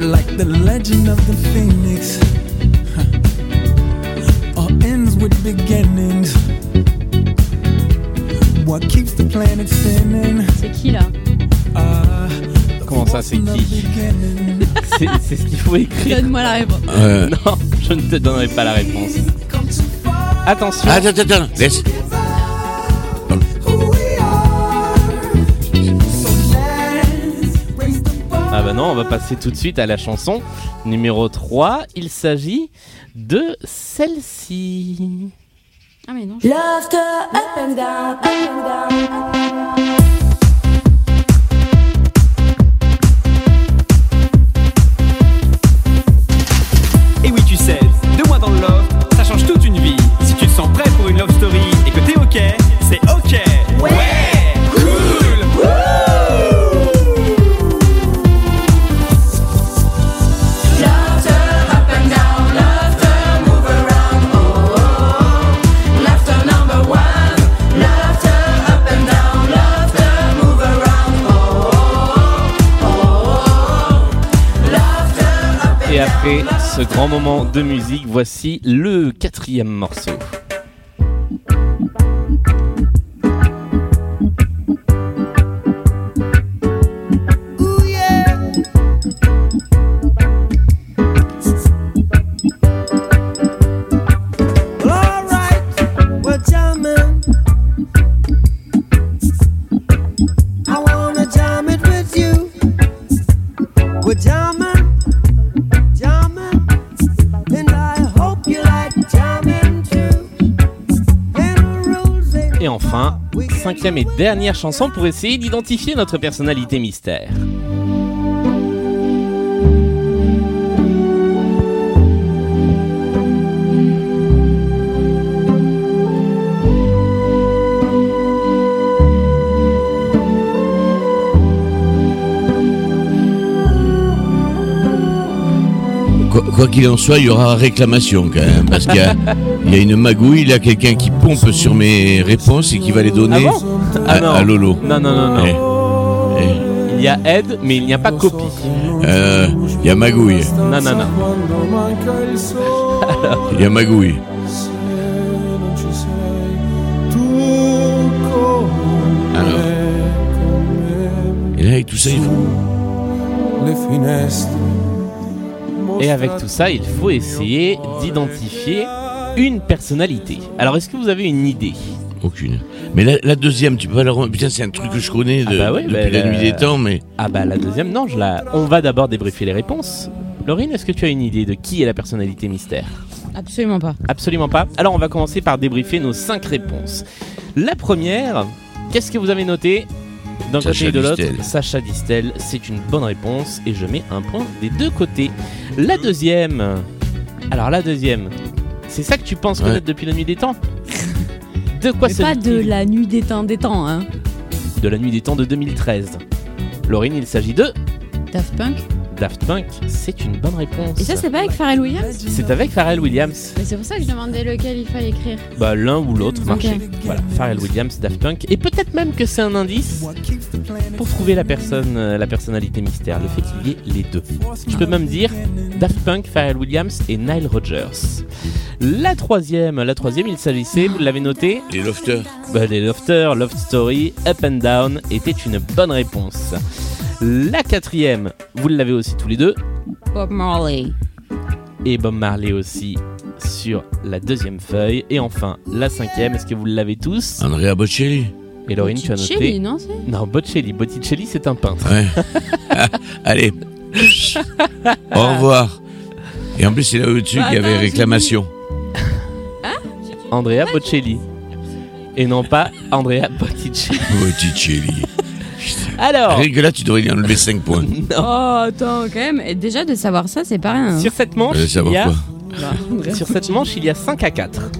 [SPEAKER 9] like the legend of the phoenix. huh. All ends with beginnings. What keeps the planet spinning?
[SPEAKER 3] C'est qui là
[SPEAKER 9] Ah,
[SPEAKER 1] Comment ça, c'est
[SPEAKER 9] the
[SPEAKER 1] qui
[SPEAKER 9] beginning.
[SPEAKER 1] C'est c'est ce qu'il faut écrire.
[SPEAKER 3] Donne-moi la réponse.
[SPEAKER 2] Euh,
[SPEAKER 1] Non, je ne te donnerai pas la réponse. Attention,
[SPEAKER 2] Attends, attends, attends, laisse.
[SPEAKER 1] Ah bah non, on va passer tout de suite à la chanson numéro 3. Il s'agit de celle-ci.
[SPEAKER 3] Ah mais non. je-
[SPEAKER 11] Et oui, tu sais, deux mois dans le love, ça change toute une vie. Si tu te sens prêt pour une love story et que t'es ok, c'est ok. Ouais, cool.
[SPEAKER 1] Et après ce grand moment de musique, voici le quatrième morceau.
[SPEAKER 9] All right, we're jamming. I wanna jam it with you. We're jamming, jamming, and I hope you like jamming too. And the rules they
[SPEAKER 1] Et enfin, cinquième et dernière chanson pour essayer d'identifier notre personnalité mystère.
[SPEAKER 2] Quoi quoi qu'il en soit, il y aura réclamation quand même. Parce qu'il y, a- il y a une magouille, là, quelqu'un qui pompe sur mes réponses et qui va les donner
[SPEAKER 1] Ah bon
[SPEAKER 2] à, à Lolo.
[SPEAKER 1] Non, non, non, non.
[SPEAKER 2] Eh, eh,
[SPEAKER 1] Il y a aide, mais il n'y a pas copie.
[SPEAKER 2] euh, Il y a magouille,
[SPEAKER 1] Non, non, non.
[SPEAKER 2] il y a magouille. Et là, avec tout ça, il faut...
[SPEAKER 10] les finestres.
[SPEAKER 1] Et avec tout ça, il faut essayer d'identifier une personnalité. Alors, est-ce que vous avez une idée
[SPEAKER 2] Aucune. Mais la, la deuxième, tu peux pas la rem- Putain, c'est un truc que je connais de-
[SPEAKER 1] bah ouais,
[SPEAKER 2] depuis
[SPEAKER 1] bah,
[SPEAKER 2] la
[SPEAKER 1] la-
[SPEAKER 2] nuit des temps, mais...
[SPEAKER 1] Ah bah la deuxième, non, je la... on va d'abord débriefer les réponses. Laurine, est-ce que tu as une idée de qui est la personnalité mystère
[SPEAKER 12] Absolument pas.
[SPEAKER 1] Absolument pas. Alors on va commencer par débriefer nos cinq réponses. La première, qu'est-ce que vous avez noté d'un côté
[SPEAKER 2] Sacha
[SPEAKER 1] et de l'autre
[SPEAKER 2] Distel.
[SPEAKER 1] Sacha Distel, c'est une bonne réponse et je mets un point des deux côtés. La deuxième, alors la deuxième, c'est ça que tu penses
[SPEAKER 2] Ouais.
[SPEAKER 1] connaître depuis la nuit des temps De quoi
[SPEAKER 12] Mais
[SPEAKER 1] se
[SPEAKER 12] Pas de
[SPEAKER 1] dit-il
[SPEAKER 12] la nuit des temps des temps, hein.
[SPEAKER 1] De la nuit des temps de 2013. Laurine, il s'agit de
[SPEAKER 12] Daft Punk.
[SPEAKER 1] Daft Punk, c'est une bonne réponse.
[SPEAKER 12] Et ça, c'est pas avec Pharrell Williams
[SPEAKER 1] C'est avec Pharrell Williams.
[SPEAKER 12] Mais c'est pour ça que je demandais lequel il fallait écrire.
[SPEAKER 1] Bah l'un ou l'autre
[SPEAKER 12] Ok.
[SPEAKER 1] marchait. Voilà, Pharrell Williams, Daft Punk. Et peut-être même que c'est un indice pour trouver la personne, euh, la personnalité mystère, le fait qu'il y ait les deux. Je peux même dire Daft Punk, Pharrell Williams et Nile Rodgers. La troisième, la troisième, il s'agissait, vous l'avez noté
[SPEAKER 2] Les lofters.
[SPEAKER 1] Bah, les lofters, Love Story, Up and Down était une bonne réponse. La quatrième, vous l'avez aussi tous les deux,
[SPEAKER 12] Bob Marley.
[SPEAKER 1] et Bob Marley aussi sur la deuxième feuille. Et enfin, la cinquième, est-ce que vous l'avez tous
[SPEAKER 2] Andrea Bocelli.
[SPEAKER 1] Et Laurine, tu as noté
[SPEAKER 12] Chérie, non c'est
[SPEAKER 1] Non, Bocelli. Botticelli, c'est un peintre.
[SPEAKER 2] Ouais. Allez. Au revoir. Et en plus, c'est là au-dessus
[SPEAKER 1] Ah
[SPEAKER 2] qu'il y avait réclamation.
[SPEAKER 1] Andrea Bocelli. Et non pas Andrea Botticelli.
[SPEAKER 2] Botticelli.
[SPEAKER 1] Alors
[SPEAKER 2] Rien que là, tu devrais lui enlever 5 points.
[SPEAKER 12] Oh, attends, quand même. Et déjà, de savoir ça, c'est pas rien. hein.
[SPEAKER 1] Sur cette manche,
[SPEAKER 2] Allez, Euh, ça va
[SPEAKER 1] il y a...
[SPEAKER 2] quoi
[SPEAKER 1] Sur cette manche, il y a 5 à 4.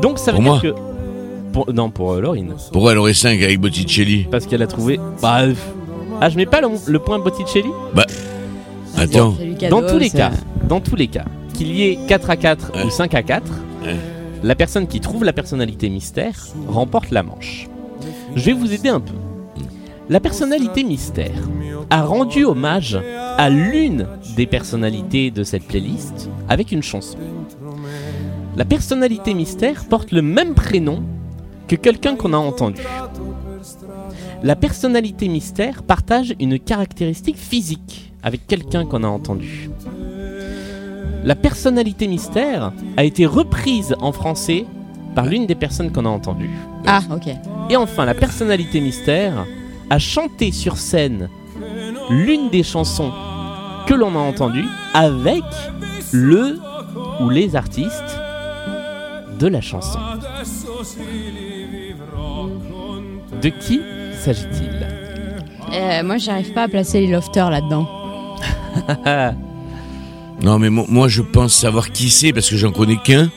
[SPEAKER 1] Donc ça veut
[SPEAKER 2] Pour
[SPEAKER 1] dire que... Pour- Non, pour euh, Laurine.
[SPEAKER 2] Pourquoi elle aurait 5 avec Botticelli
[SPEAKER 1] Parce qu'elle a trouvé... Bah, euh, Ah, je mets pas le, le point Botticelli
[SPEAKER 2] Bah. Attends.
[SPEAKER 12] C'est lui qui a
[SPEAKER 1] Dans
[SPEAKER 12] dos,
[SPEAKER 1] tous les
[SPEAKER 12] c'est-
[SPEAKER 1] cas, dans tous les cas, qu'il y ait 4 à 4 ou 5 à 4,
[SPEAKER 2] Ouais.
[SPEAKER 1] la personne qui trouve la personnalité mystère remporte la manche. Je vais vous aider un peu. La personnalité mystère a rendu hommage à l'une des personnalités de cette playlist avec une chanson. La personnalité mystère porte le même prénom que quelqu'un qu'on a entendu. La personnalité mystère partage une caractéristique physique avec quelqu'un qu'on a entendu. La personnalité mystère a été reprise en français par l'une des personnes qu'on a entendues.
[SPEAKER 12] Ah, ok.
[SPEAKER 1] Et enfin, la personnalité mystère a chanté sur scène l'une des chansons que l'on a entendues avec le ou les artistes de la chanson. De qui s'agit-il
[SPEAKER 12] Euh, moi, j'arrive pas à placer les lofters là-dedans.
[SPEAKER 2] Non, mais mo- moi, je pense savoir qui c'est parce que j'en connais qu'un.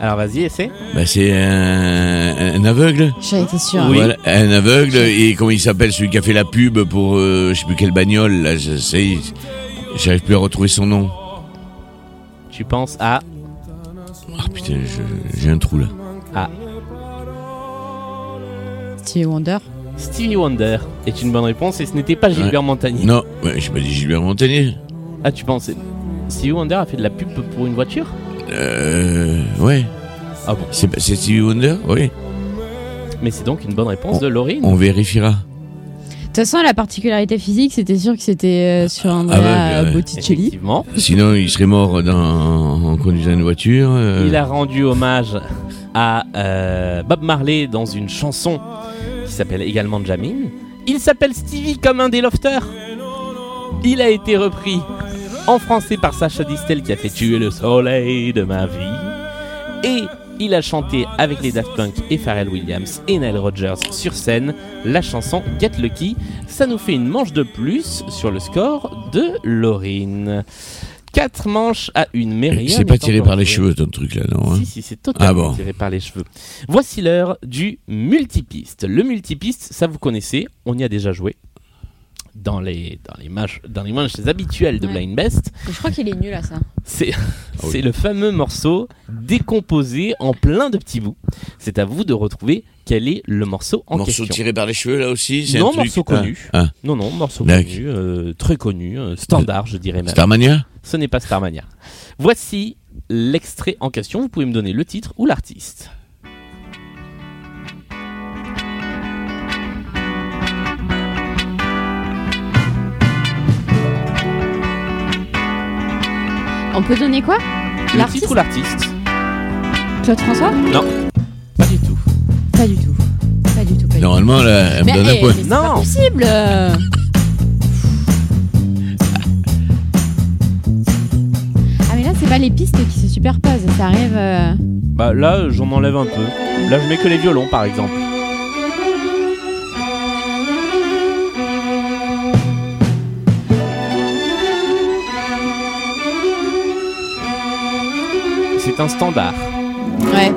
[SPEAKER 1] Alors vas-y, essaie.
[SPEAKER 2] Bah, c'est un, un aveugle.
[SPEAKER 12] J'en étais sûre.
[SPEAKER 1] Ah. Oui.
[SPEAKER 2] Voilà, un aveugle. Et comment il s'appelle celui qui a fait la pub pour euh, je sais plus quelle bagnole là, je sais. J'arrive plus à retrouver son nom.
[SPEAKER 1] Tu penses à...
[SPEAKER 2] Ah putain, je- j'ai un trou là.
[SPEAKER 1] à
[SPEAKER 12] Stevie Wonder.
[SPEAKER 1] Stevie Wonder est une bonne réponse et ce n'était pas Gilbert Montagnier.
[SPEAKER 2] Non, ouais, j'ai pas dit Gilbert Montagnier.
[SPEAKER 1] Ah, tu penses Stevie Wonder a fait de la pub pour une voiture
[SPEAKER 2] Euh. Ouais.
[SPEAKER 1] Ah bon
[SPEAKER 2] C'est pas- c'est Stevie Wonder Oui.
[SPEAKER 1] Mais c'est donc une bonne réponse de Laurine.
[SPEAKER 2] On vérifiera.
[SPEAKER 12] De toute façon, la particularité physique, c'était sûr que c'était euh, sur Andrea
[SPEAKER 2] Ah ouais, ouais.
[SPEAKER 12] Botticelli.
[SPEAKER 1] Effectivement.
[SPEAKER 2] Sinon, il serait mort dans, en conduisant une voiture. euh.
[SPEAKER 1] Il a rendu hommage à euh, Bob Marley dans une chanson qui s'appelle également Jamin. Il s'appelle Stevie comme un des lofters. Il a été repris en français par Sacha Distel qui a fait tuer le soleil de ma vie. Et il a chanté avec les Daft Punk et Pharrell Williams et Nile Rodgers sur scène la chanson Get Lucky. Ça nous fait une manche de plus sur le score de Laurine. Quatre manches à une, mais rien
[SPEAKER 2] C'est Eh, pas
[SPEAKER 1] n'est
[SPEAKER 2] tiré
[SPEAKER 1] encore
[SPEAKER 2] par les
[SPEAKER 1] joué.
[SPEAKER 2] cheveux ton truc là, non hein
[SPEAKER 1] Si, si, c'est totalement
[SPEAKER 2] Ah bon.
[SPEAKER 1] tiré par les cheveux. Voici l'heure du multipiste. Le multipiste, ça vous connaissez, on y a déjà joué. Dans les, dans les, manches, dans les manches habituelles de
[SPEAKER 12] Ouais.
[SPEAKER 1] Blind Best,
[SPEAKER 12] Je crois qu'il est nul à ça.
[SPEAKER 1] c'est
[SPEAKER 2] Ah
[SPEAKER 1] c'est le fameux morceau décomposé en plein de petits bouts. C'est à vous de retrouver quel est le morceau en
[SPEAKER 2] Morceau
[SPEAKER 1] question.
[SPEAKER 2] tiré par les cheveux là aussi c'est
[SPEAKER 1] Non,
[SPEAKER 2] un truc-
[SPEAKER 1] morceau connu.
[SPEAKER 2] Ah,
[SPEAKER 1] Non, non, morceau
[SPEAKER 2] D'accord.
[SPEAKER 1] connu, euh, très connu, euh, standard, je dirais
[SPEAKER 2] ah.
[SPEAKER 1] même.
[SPEAKER 2] Starmania
[SPEAKER 1] Ce n'est pas Starmania. Voici l'extrait en question. Vous pouvez me donner le titre ou l'artiste.
[SPEAKER 12] On peut donner quoi
[SPEAKER 1] Le titre ou l'artiste
[SPEAKER 12] Claude François
[SPEAKER 1] Non. Pas du tout.
[SPEAKER 12] Pas du tout. Pas du tout. Pas du tout.
[SPEAKER 2] Normalement, là, elle me
[SPEAKER 12] Mais,
[SPEAKER 2] donne
[SPEAKER 12] eh,
[SPEAKER 2] un point.
[SPEAKER 12] mais c'est pas possible. euh. Ah mais là c'est pas les pistes qui se superposent, ça arrive. euh,
[SPEAKER 1] Bah là, j'en enlève un peu. Là, je mets que les violons, par exemple. C'est un standard.
[SPEAKER 12] Ouais.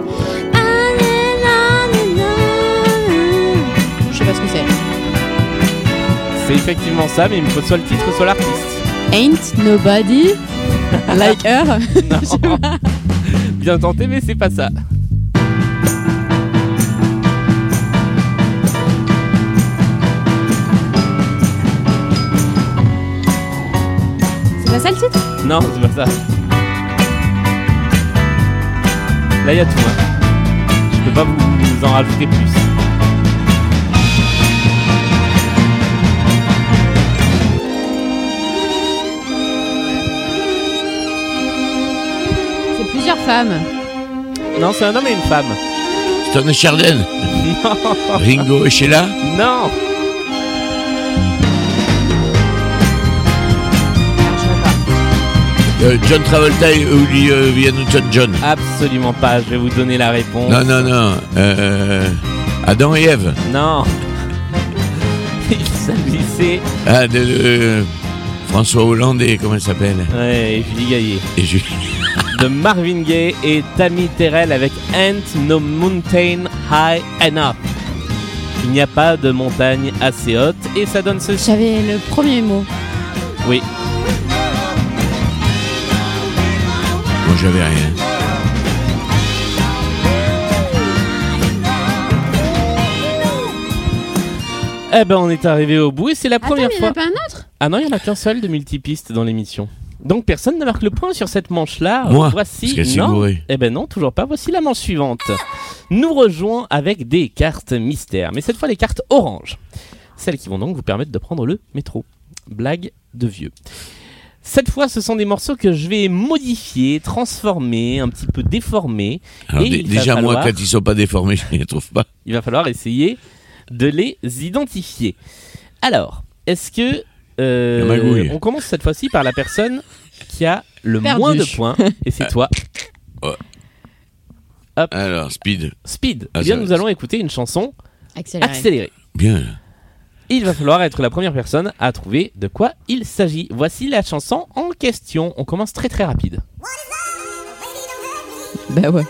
[SPEAKER 12] Je sais pas ce que c'est.
[SPEAKER 1] C'est effectivement ça, mais il me faut soit le titre, soit l'artiste.
[SPEAKER 12] Ain't nobody like her.
[SPEAKER 1] Non. Bien tenté, mais c'est pas ça.
[SPEAKER 12] C'est pas ça le titre
[SPEAKER 1] Non, c'est pas ça. Là, il y a tout. hein. Je peux pas vous, vous en rajouter plus.
[SPEAKER 12] C'est plusieurs femmes.
[SPEAKER 1] Non, c'est un homme et une femme.
[SPEAKER 2] Stone et Charden Ringo et Sheila
[SPEAKER 1] Non
[SPEAKER 2] Euh, John Travolta et Uli euh, John John.
[SPEAKER 1] Absolument pas, je vais vous donner la réponse.
[SPEAKER 2] Non, non, non. Euh, Adam et Ève.
[SPEAKER 1] Non. Il s'agissait.
[SPEAKER 2] Ah, de, euh, François Hollande et comment il s'appelle
[SPEAKER 1] Ouais, et Julie Gaillet.
[SPEAKER 2] Et Julie.
[SPEAKER 1] De Marvin Gaye et Tammy Terrell avec Ain't No Mountain High Enough. Il n'y a pas de montagne assez haute et ça donne ceci.
[SPEAKER 12] J'avais le premier mot.
[SPEAKER 1] Oui.
[SPEAKER 2] Moi, j'avais rien.
[SPEAKER 1] Eh ben, on est arrivé au bout et c'est la première
[SPEAKER 12] Attends, mais il y en
[SPEAKER 1] fois.
[SPEAKER 12] a pas un autre
[SPEAKER 1] Ah non, il n'y en a qu'un seul de multipiste dans l'émission. Donc personne ne marque le point sur cette manche-là.
[SPEAKER 2] Moi,
[SPEAKER 1] voici
[SPEAKER 2] parce qu'elle s'est
[SPEAKER 1] non.
[SPEAKER 2] gourée.
[SPEAKER 1] Eh ben non, toujours pas. Voici la manche suivante. Nous rejoignons avec des cartes mystères, mais cette fois les cartes orange. Celles qui vont donc vous permettre de prendre le métro. Blague de vieux. Cette fois, ce sont des morceaux que je vais modifier, transformer, un petit peu déformer.
[SPEAKER 2] Alors,
[SPEAKER 1] et
[SPEAKER 2] dé-
[SPEAKER 1] il va
[SPEAKER 2] déjà, moi,
[SPEAKER 1] falloir-
[SPEAKER 2] quand ils sont pas déformés, je les trouve pas.
[SPEAKER 1] il va falloir essayer de les identifier. Alors, est-ce que euh,
[SPEAKER 2] La magouille.
[SPEAKER 1] on commence cette fois-ci par la personne qui a le
[SPEAKER 12] Perdu.
[SPEAKER 1] moins de points et c'est toi.
[SPEAKER 2] Alors, Speed.
[SPEAKER 1] Speed.
[SPEAKER 2] Ah,
[SPEAKER 1] Eh bien,
[SPEAKER 2] ça-
[SPEAKER 1] nous allons écouter une chanson
[SPEAKER 12] Accéléré.
[SPEAKER 1] accélérée.
[SPEAKER 2] Bien.
[SPEAKER 1] Il va falloir être la première personne à trouver de quoi il s'agit. Voici la chanson en question. On commence très très rapide.
[SPEAKER 12] Bah ouais.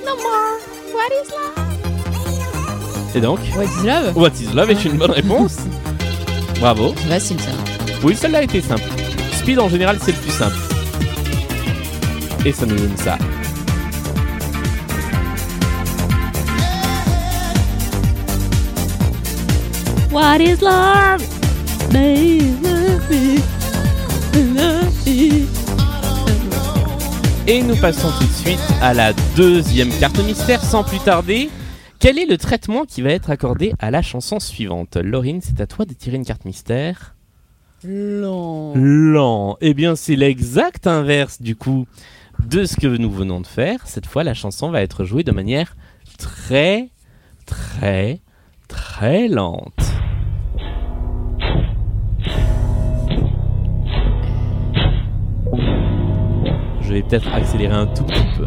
[SPEAKER 6] No more. What is love?
[SPEAKER 1] Et donc,
[SPEAKER 12] What is love
[SPEAKER 1] What is Love est une bonne réponse. Bravo.
[SPEAKER 12] C'est facile ça.
[SPEAKER 1] Oui, celle-là était simple. Speed en général, c'est le plus simple. Et ça nous donne ça.
[SPEAKER 12] What is love Baby, baby.
[SPEAKER 1] Et nous passons tout de suite à la deuxième carte mystère sans plus tarder. Quel est le traitement qui va être accordé à la chanson suivante Laurine, c'est à toi de tirer une carte mystère.
[SPEAKER 12] Lent.
[SPEAKER 1] Lent. Eh bien, c'est l'exact inverse du coup de ce que nous venons de faire. Cette fois, la chanson va être jouée de manière très, très, très lente. Je vais peut-être accélérer un tout petit peu.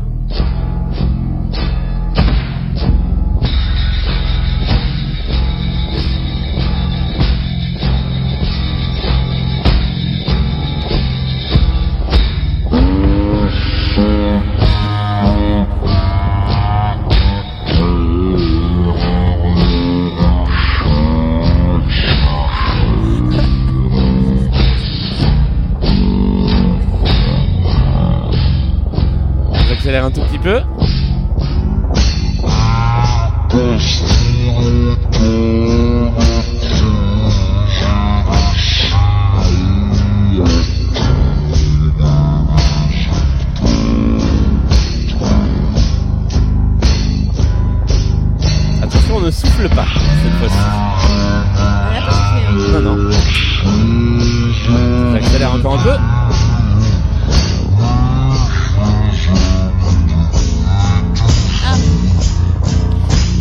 [SPEAKER 1] J'accélère un tout petit peu. Attention, on ne souffle pas cette fois-ci. Non, non. J'accélère encore un peu.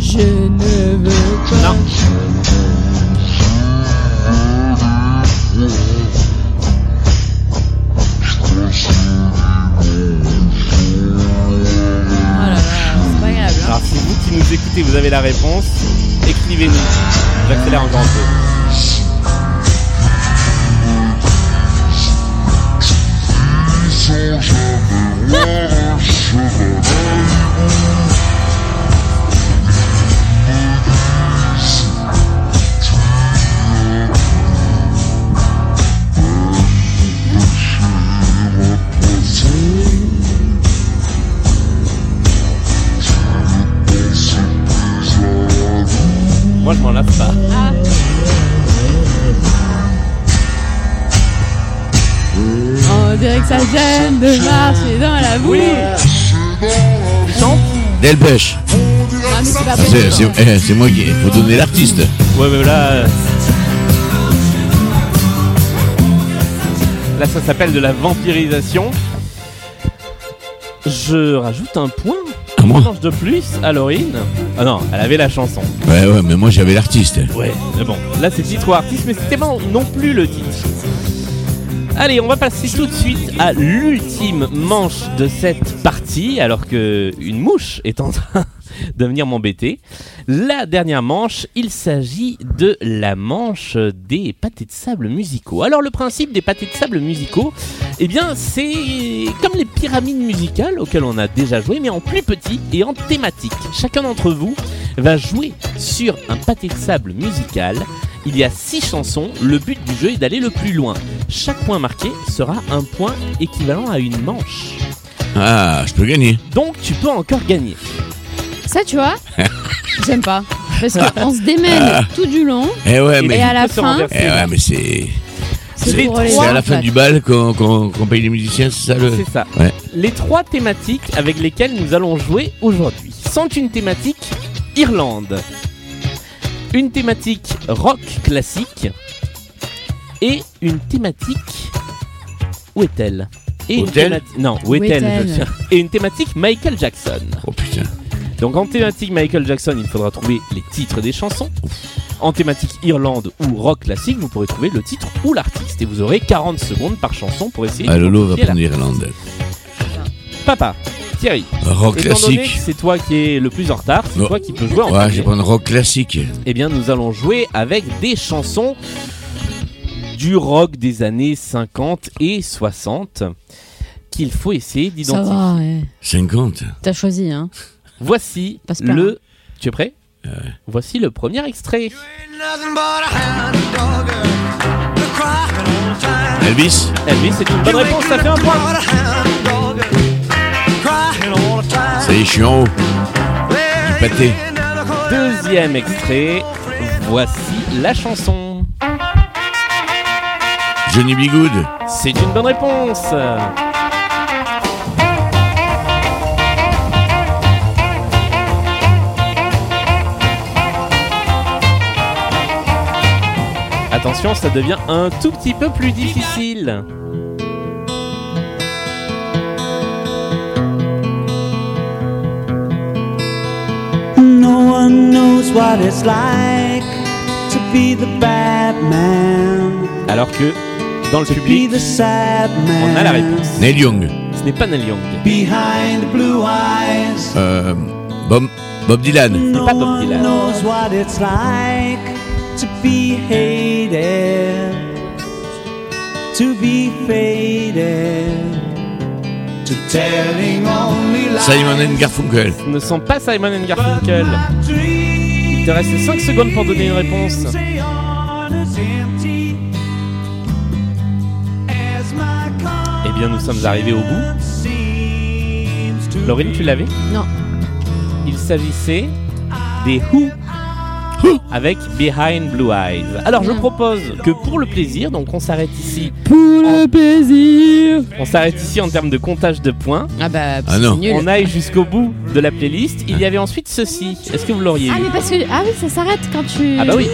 [SPEAKER 12] Je ne veux pas.
[SPEAKER 1] Alors si vous qui nous écoutez, vous avez la réponse, écrivez-nous. J'accélère encore un peu. Moi je m'en lave pas.
[SPEAKER 12] On dirait que ça gêne de marcher dans la boue.
[SPEAKER 2] Delpech.
[SPEAKER 12] Ah, mais c'est pas
[SPEAKER 2] C'est-
[SPEAKER 12] possible.
[SPEAKER 2] C'est eh, c'est moi qui. Faut donner l'artiste.
[SPEAKER 1] Ouais mais là. euh, Là ça s'appelle de la vampirisation. Je rajoute un point.
[SPEAKER 12] Ah,
[SPEAKER 2] Un
[SPEAKER 1] manche de plus à Laurine. Ah non, elle avait la chanson.
[SPEAKER 2] Ouais, ouais, mais moi j'avais l'artiste.
[SPEAKER 1] Ouais, mais bon, là c'est titre ou artiste, mais c'était pas non plus le titre. Allez, on va passer tout de suite à l'ultime manche de cette partie, alors que une mouche est en train de venir m'embêter. La dernière manche, il s'agit de la manche des pâtés de sable musicaux. Alors le principe des pâtés de sable musicaux, eh bien c'est comme les pyramides musicales auxquelles on a déjà joué, mais en plus petit et en thématique. Chacun d'entre vous va jouer sur un pâté de sable musical. Il y a six chansons. Le but du jeu est d'aller le plus loin. Chaque point marqué sera un point équivalent à une manche.
[SPEAKER 2] Ah, je peux gagner.
[SPEAKER 1] Donc tu peux encore gagner.
[SPEAKER 12] Ça, tu vois, j'aime pas. Parce qu'on se démène tout du long.
[SPEAKER 2] Eh ouais, mais.
[SPEAKER 12] Et à la fin,
[SPEAKER 2] Eh ouais, mais c'est.
[SPEAKER 12] C'est
[SPEAKER 2] C'est
[SPEAKER 12] pour les
[SPEAKER 2] c'est
[SPEAKER 12] trois,
[SPEAKER 2] à la
[SPEAKER 12] en
[SPEAKER 2] fin
[SPEAKER 12] fait.
[SPEAKER 2] du bal qu'on qu'on- qu'on paye les musiciens, c'est ça le.
[SPEAKER 1] C'est ça.
[SPEAKER 2] Ouais.
[SPEAKER 1] Les trois thématiques avec lesquelles nous allons jouer aujourd'hui sont une thématique Irlande, une thématique rock classique et une thématique. Où est-elle et une
[SPEAKER 2] Hôtel
[SPEAKER 1] thémati- Non, où
[SPEAKER 2] Où
[SPEAKER 1] est-elle
[SPEAKER 2] est-elle
[SPEAKER 1] Et une thématique Michael Jackson.
[SPEAKER 2] Oh putain.
[SPEAKER 1] Donc en thématique Michael Jackson, il faudra trouver les titres des chansons. En thématique Irlande ou rock classique, vous pourrez trouver le titre ou l'artiste. Et vous aurez 40 secondes par chanson pour essayer
[SPEAKER 2] Ah,
[SPEAKER 1] de
[SPEAKER 2] Lolo va
[SPEAKER 1] identifier
[SPEAKER 2] prendre
[SPEAKER 1] l'artiste.
[SPEAKER 2] l'Irlande.
[SPEAKER 1] Papa, Thierry.
[SPEAKER 2] Rock
[SPEAKER 1] étant donné
[SPEAKER 2] classique.
[SPEAKER 1] que C'est toi qui es le plus en retard, c'est
[SPEAKER 2] Oh.
[SPEAKER 1] toi qui peux jouer en
[SPEAKER 2] Ouais, je
[SPEAKER 1] premier.
[SPEAKER 2] vais prendre rock classique.
[SPEAKER 1] Eh bien, nous allons jouer avec des chansons du rock des années 50 et 60 qu'il faut essayer
[SPEAKER 12] ça
[SPEAKER 1] d'identifier.
[SPEAKER 12] va. ouais.
[SPEAKER 2] 50.
[SPEAKER 12] T'as choisi, hein.
[SPEAKER 1] Voici
[SPEAKER 12] Passe par
[SPEAKER 1] le. Tu es prêt Voici le premier extrait.
[SPEAKER 2] Elvis
[SPEAKER 1] Elvis, Eh c'est une bonne réponse, ça fait un point.
[SPEAKER 2] Ça y est, je suis en haut. Du pâté.
[SPEAKER 1] Deuxième extrait. Voici la chanson.
[SPEAKER 2] Johnny B. Good.
[SPEAKER 1] C'est une bonne réponse. Attention, ça devient un tout petit peu plus difficile.
[SPEAKER 13] No one knows what it's like to be the bad man,
[SPEAKER 1] Alors que dans le
[SPEAKER 13] be
[SPEAKER 1] public,
[SPEAKER 13] the sad
[SPEAKER 1] on
[SPEAKER 13] man.
[SPEAKER 1] a la réponse.
[SPEAKER 2] Neil Young.
[SPEAKER 1] Ce n'est pas Neil Young.
[SPEAKER 13] Behind the blue eyes,
[SPEAKER 2] Euh, Bob, Bob Dylan.
[SPEAKER 1] C'est pas Bob Dylan.
[SPEAKER 13] knows what it's like to be hated, to be faded, to telling only lies.
[SPEAKER 2] Simon and Garfunkel.
[SPEAKER 1] Ce ne sont pas Simon and Garfunkel. Il te reste 5 secondes pour donner une réponse. Eh bien, nous sommes arrivés au bout. Laurine, tu l'avais
[SPEAKER 12] Non.
[SPEAKER 1] Il s'agissait des Who avec Behind Blue Eyes. Alors, je
[SPEAKER 12] Mm.
[SPEAKER 1] propose que pour le plaisir, donc on s'arrête ici.
[SPEAKER 12] Pour le plaisir.
[SPEAKER 1] On s'arrête ici en termes de comptage de points.
[SPEAKER 12] Ah bah,
[SPEAKER 2] Ah non.
[SPEAKER 12] nul.
[SPEAKER 1] On aille jusqu'au bout de la playlist. Il y avait ensuite ceci. Est-ce que vous l'auriez
[SPEAKER 12] Ah,
[SPEAKER 1] eu
[SPEAKER 12] mais parce que. Ah oui, ça s'arrête quand tu.
[SPEAKER 1] Ah bah oui.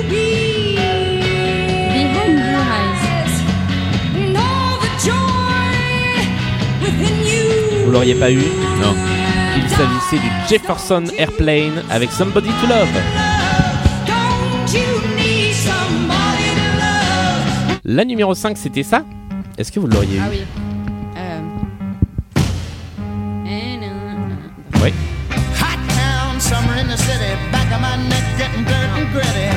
[SPEAKER 12] Behind Blue Eyes.
[SPEAKER 1] Vous l'auriez pas eu
[SPEAKER 2] Non.
[SPEAKER 1] Il s'agissait du Jefferson Airplane avec Somebody to Love. La numéro 5, c'était ça Est-ce que vous l'auriez eu
[SPEAKER 12] Ah oui. Euh. Eh, non.
[SPEAKER 1] Ouais.
[SPEAKER 14] Hot town, summer in the city, back of my neck getting dirt and gritty.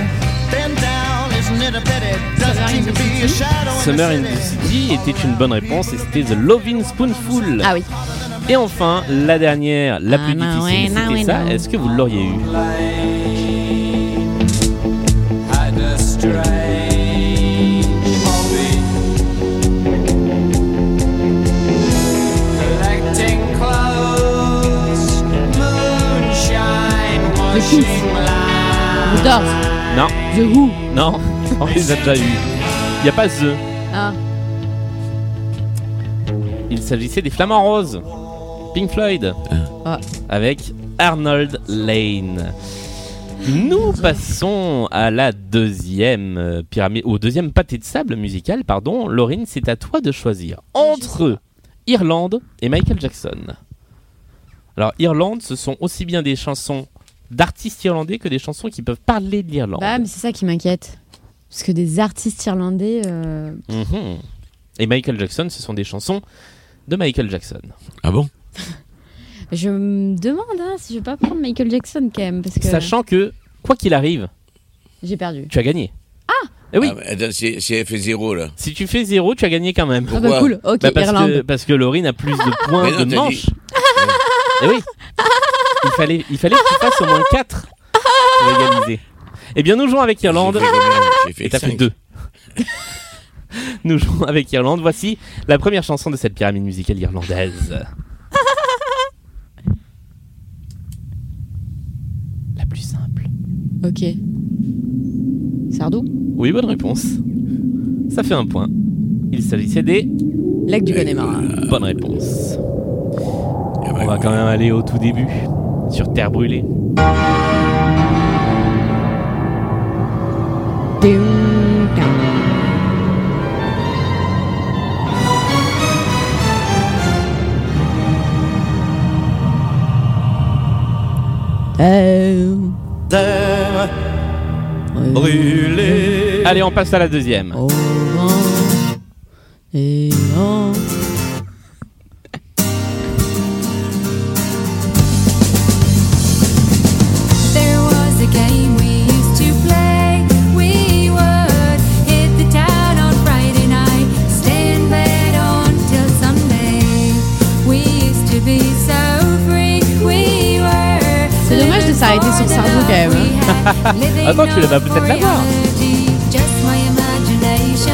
[SPEAKER 14] Bend down, isn't it a pity? Doesn't seem to be a shadow in
[SPEAKER 1] Summer in the City était une bonne réponse et c'était The Lovin' Spoonful.
[SPEAKER 12] Ah oui.
[SPEAKER 1] Et enfin, la dernière, la plus
[SPEAKER 12] Ah,
[SPEAKER 1] difficile,
[SPEAKER 12] non, ouais, non,
[SPEAKER 1] c'était
[SPEAKER 12] ouais, non.
[SPEAKER 1] ça. Est-ce que vous l'auriez eu
[SPEAKER 15] Had a strange hobby. Collecting clothes, moonshine, washing
[SPEAKER 12] The Doors.
[SPEAKER 1] Non.
[SPEAKER 12] The Who
[SPEAKER 1] Non, on les a déjà eu. Il n'y a pas The.
[SPEAKER 12] Ah.
[SPEAKER 1] Il s'agissait des Flamants Roses. Pink Floyd.
[SPEAKER 12] Ah.
[SPEAKER 1] Avec Arnold Lane.
[SPEAKER 12] Ah.
[SPEAKER 1] Nous passons à la deuxième euh, pyramide, au deuxième pâté de sable musical, pardon. Laurine, c'est à toi de choisir entre Irlande et Michael Jackson. Alors, Irlande, ce sont aussi bien des chansons d'artistes irlandais que des chansons qui peuvent parler de l'Irlande.
[SPEAKER 12] Bah, mais c'est ça qui m'inquiète. Parce que des artistes irlandais. euh,
[SPEAKER 1] Mhm. Et Michael Jackson, ce sont des chansons de Michael Jackson.
[SPEAKER 2] Ah bon
[SPEAKER 12] Je me demande hein, si je vais pas prendre Michael Jackson quand même. Parce que
[SPEAKER 1] Sachant que, quoi qu'il arrive,
[SPEAKER 12] J'ai perdu.
[SPEAKER 1] tu as gagné.
[SPEAKER 12] Ah
[SPEAKER 1] Eh oui.
[SPEAKER 2] bah, attends, c'est c'est elle fait zéro là.
[SPEAKER 1] Si tu fais zéro, tu as gagné quand même.
[SPEAKER 12] Ah bah Pourquoi cool, ok,
[SPEAKER 1] Bah parce,
[SPEAKER 12] Irlande.
[SPEAKER 1] que, parce que Laurine a plus de points
[SPEAKER 2] Mais non,
[SPEAKER 1] de
[SPEAKER 2] t'as
[SPEAKER 1] manches.
[SPEAKER 2] dit-
[SPEAKER 1] Eh oui. Il fallait, il fallait que tu fasses au moins 4 pour égaliser. Eh bien, nous jouons avec Irlande.
[SPEAKER 2] J'ai fait
[SPEAKER 1] Et t'as plus
[SPEAKER 2] cinq.
[SPEAKER 1] que deux. nous jouons avec Irlande. Voici la première chanson de cette pyramide musicale irlandaise. La plus simple.
[SPEAKER 12] Ok. Sardou
[SPEAKER 1] Oui, bonne réponse. Ça fait un point. Il s'agissait des
[SPEAKER 12] Lac du Connemara.
[SPEAKER 1] bonnes réponses. On va quand même aller au tout début, sur Terre brûlée.
[SPEAKER 12] Euh,
[SPEAKER 15] Terre brûlée.
[SPEAKER 1] Allez, on passe à la deuxième.
[SPEAKER 12] Oh. Et non.
[SPEAKER 6] There was a game we used to play. We would hit the town on Friday night, stay in bed until Sunday. We used to be so free. We were.
[SPEAKER 12] C'est dommage de s'arrêter sur Sardou quand même. hein.
[SPEAKER 1] Attends, tu vas peut-être l'avoir.
[SPEAKER 6] Just my imagination.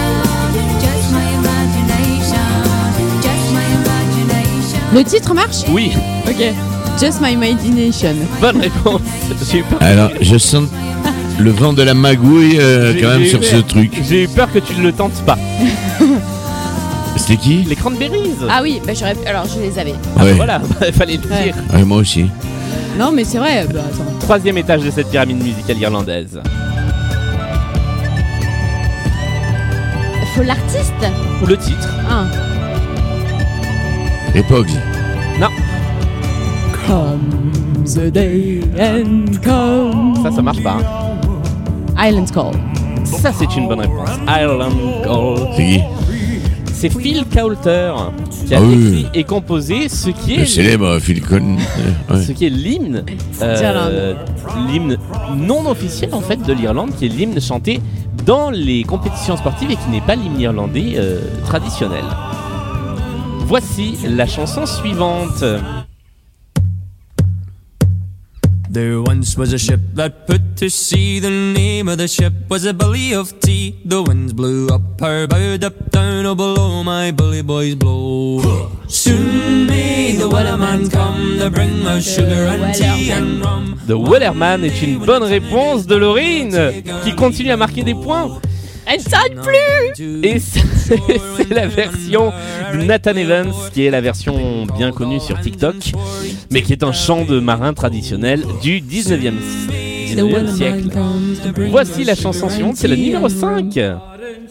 [SPEAKER 6] Just my imagination. Just my imagination.
[SPEAKER 12] Le titre marche
[SPEAKER 1] Oui,
[SPEAKER 12] Ok. Just my imagination.
[SPEAKER 1] bonne réponse. J'ai eu peur.
[SPEAKER 2] Alors, je sens le vent de la magouille euh,
[SPEAKER 1] J'ai-
[SPEAKER 2] quand même
[SPEAKER 1] j'ai eu
[SPEAKER 2] sur ce
[SPEAKER 1] peur.
[SPEAKER 2] truc.
[SPEAKER 1] J'ai eu peur que tu ne le tentes pas.
[SPEAKER 2] C'était qui
[SPEAKER 1] Les cranberries.
[SPEAKER 12] Ah oui, bah j'aurais. Alors je les avais.
[SPEAKER 1] Ah,
[SPEAKER 2] Ouais.
[SPEAKER 1] Voilà, fallait le
[SPEAKER 12] Ouais.
[SPEAKER 1] dire.
[SPEAKER 2] Ouais, Ah, moi aussi.
[SPEAKER 12] Non, mais c'est vrai. Bah attends.
[SPEAKER 1] Troisième étage de cette pyramide musicale irlandaise.
[SPEAKER 12] Faut l'artiste
[SPEAKER 1] Ou le titre.
[SPEAKER 12] Hein.
[SPEAKER 2] Les Pogs.
[SPEAKER 12] Come the day and come.
[SPEAKER 1] Ça, ça marche pas. hein.
[SPEAKER 12] Island Call.
[SPEAKER 1] Ça, c'est une bonne réponse. Ireland Call.
[SPEAKER 2] C'est qui
[SPEAKER 1] C'est Phil Coulter qui a
[SPEAKER 2] Ah oui.
[SPEAKER 1] écrit et composé ce qui
[SPEAKER 2] Le
[SPEAKER 1] est
[SPEAKER 2] célèbre Phil Collins. Euh, ouais.
[SPEAKER 1] ce qui est l'hymne, euh,
[SPEAKER 12] D'Irlande.
[SPEAKER 1] l'hymne non officiel en fait de l'Irlande, qui est l'hymne chanté dans les compétitions sportives et qui n'est pas l'hymne irlandais euh, traditionnel. Voici la chanson suivante.
[SPEAKER 15] There once was a ship that put to sea. The name of the ship was a belly of tea. The winds blew up her bow, up down, oh below my bully boys blow. Soon may the wellerman come to bring us sugar and tea and rum.
[SPEAKER 1] The Wellerman est une bonne réponse de Laurine, qui continue à marquer des points.
[SPEAKER 12] Elle sonne plus
[SPEAKER 1] Et c'est c'est la version de Nathan Evans, qui est la version bien connue sur TikTok, mais qui est un chant de marin traditionnel du 19e, 19e siècle. Voici la chanson suivante, c'est la numéro 5.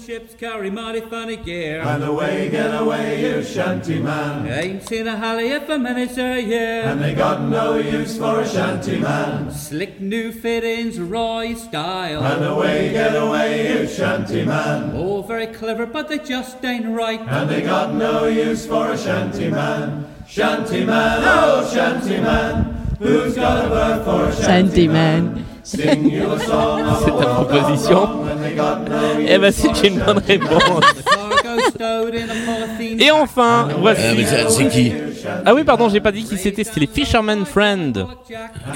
[SPEAKER 15] ships carry mighty funny gear.
[SPEAKER 16] And away, get away, you shanty man.
[SPEAKER 15] Ain't seen a holly if a minute a year.
[SPEAKER 16] And they got no use for a shanty man.
[SPEAKER 15] Slick new fittings, Roy style.
[SPEAKER 16] And away, get away, you shanty man.
[SPEAKER 15] All Oh, very clever, but they just ain't right.
[SPEAKER 16] And they got no use for a shanty man. Shanty man, oh shanty man. Who's got a bird for a shanty man?
[SPEAKER 12] Shantyman.
[SPEAKER 16] Sing you a song of a
[SPEAKER 1] C'est ta proposition Eh ben c'est une bonne réponse. Et enfin, voici.
[SPEAKER 2] Ah, mais ça, c'est qui
[SPEAKER 1] Ah oui, pardon, j'ai pas dit qui c'était, c'était les Fisherman Friend.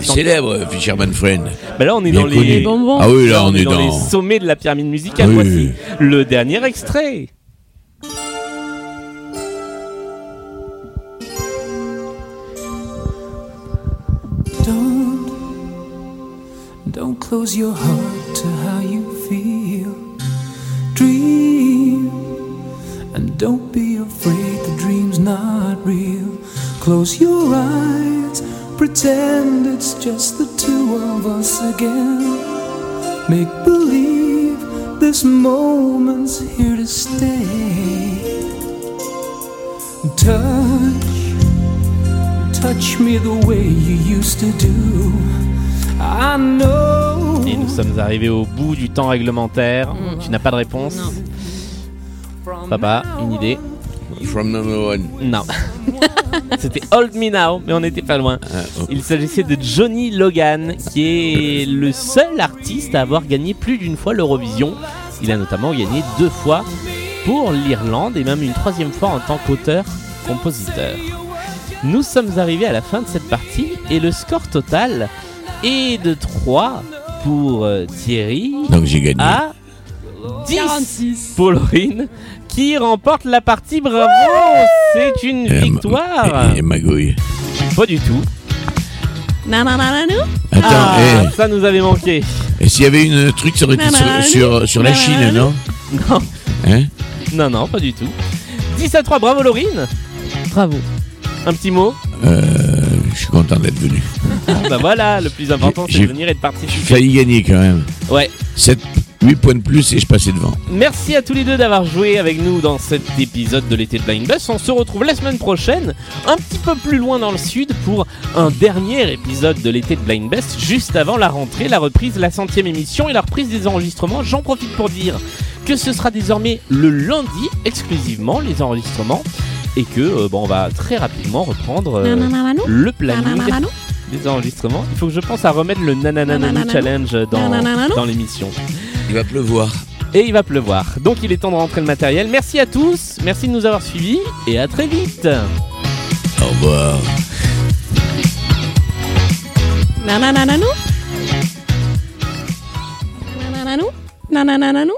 [SPEAKER 2] Célèbre Fisherman Friend.
[SPEAKER 1] Bah là, on est
[SPEAKER 2] Bien
[SPEAKER 1] dans
[SPEAKER 2] connu.
[SPEAKER 1] les.
[SPEAKER 2] Ah oui, là, on est dans. Ah
[SPEAKER 1] les sommets de la pyramide musicale.
[SPEAKER 2] Oui.
[SPEAKER 1] Voici le dernier extrait.
[SPEAKER 5] Don't, don't close your heart to how you feel. Dream, and don't be afraid the dream's not real. Close your eyes, pretend it's just the two of us again. Make believe this moment's here to stay. Touch. Touch me the way you used to do. I know.
[SPEAKER 1] Et nous sommes arrivés au bout du temps réglementaire. Tu n'as pas de réponse Papa, une idée
[SPEAKER 2] From number one.
[SPEAKER 1] Non. C'était Old Me Now, mais on n'était pas loin. Il s'agissait de Johnny Logan, qui est le seul artiste à avoir gagné plus d'une fois l'Eurovision. Il a notamment gagné deux fois pour l'Irlande et même une troisième fois en tant qu'auteur-compositeur. Nous sommes arrivés à la fin de cette partie et le score total est de 3 pour euh, Thierry.
[SPEAKER 2] Donc j'ai gagné.
[SPEAKER 1] À 10 pour Laurine qui remporte la partie. Bravo! C'est une
[SPEAKER 2] Et Euh, ma-
[SPEAKER 1] victoire!
[SPEAKER 2] Et, et magouille.
[SPEAKER 1] Pas du tout.
[SPEAKER 2] Attends,
[SPEAKER 1] Ah,
[SPEAKER 2] eh.
[SPEAKER 1] ça nous avait manqué.
[SPEAKER 2] Et s'il y avait une truc, ça aurait été sur, sur, sur la Chine, non
[SPEAKER 1] Non,
[SPEAKER 2] Hein
[SPEAKER 1] non, non, pas du tout. 10 à 3, bravo Laurine!
[SPEAKER 12] Bravo.
[SPEAKER 1] Un petit mot?
[SPEAKER 2] Euh, Je suis content d'être venu.
[SPEAKER 1] bah voilà, le plus important c'est
[SPEAKER 2] J'ai-
[SPEAKER 1] de venir et de
[SPEAKER 2] J'ai
[SPEAKER 1] participer.
[SPEAKER 2] failli gagner quand même.
[SPEAKER 1] Ouais.
[SPEAKER 2] 7, 8 points de plus et je passais devant.
[SPEAKER 1] Merci à tous les deux d'avoir joué avec nous dans cet épisode de l'été de Blind Bus. On se retrouve la semaine prochaine, un petit peu plus loin dans le sud, pour un dernier épisode de l'été de Blind Best, juste avant la rentrée, la reprise, la centième émission et la reprise des enregistrements. J'en profite pour dire que ce sera désormais le lundi exclusivement les enregistrements et que euh, bon, on va très rapidement reprendre euh,
[SPEAKER 12] Nananananou.
[SPEAKER 1] le planning
[SPEAKER 12] Nananananou.
[SPEAKER 1] des enregistrements. Il faut que je pense à remettre le nananananou
[SPEAKER 12] Nananananou.
[SPEAKER 1] challenge dans,
[SPEAKER 12] Nananananou.
[SPEAKER 1] dans l'émission.
[SPEAKER 2] Il va pleuvoir.
[SPEAKER 1] Et il va pleuvoir. Donc il est temps de rentrer le matériel. Merci à tous, merci de nous avoir suivis et à très vite.
[SPEAKER 2] Au revoir.
[SPEAKER 12] Nananananou. Nananananou. Nananananou.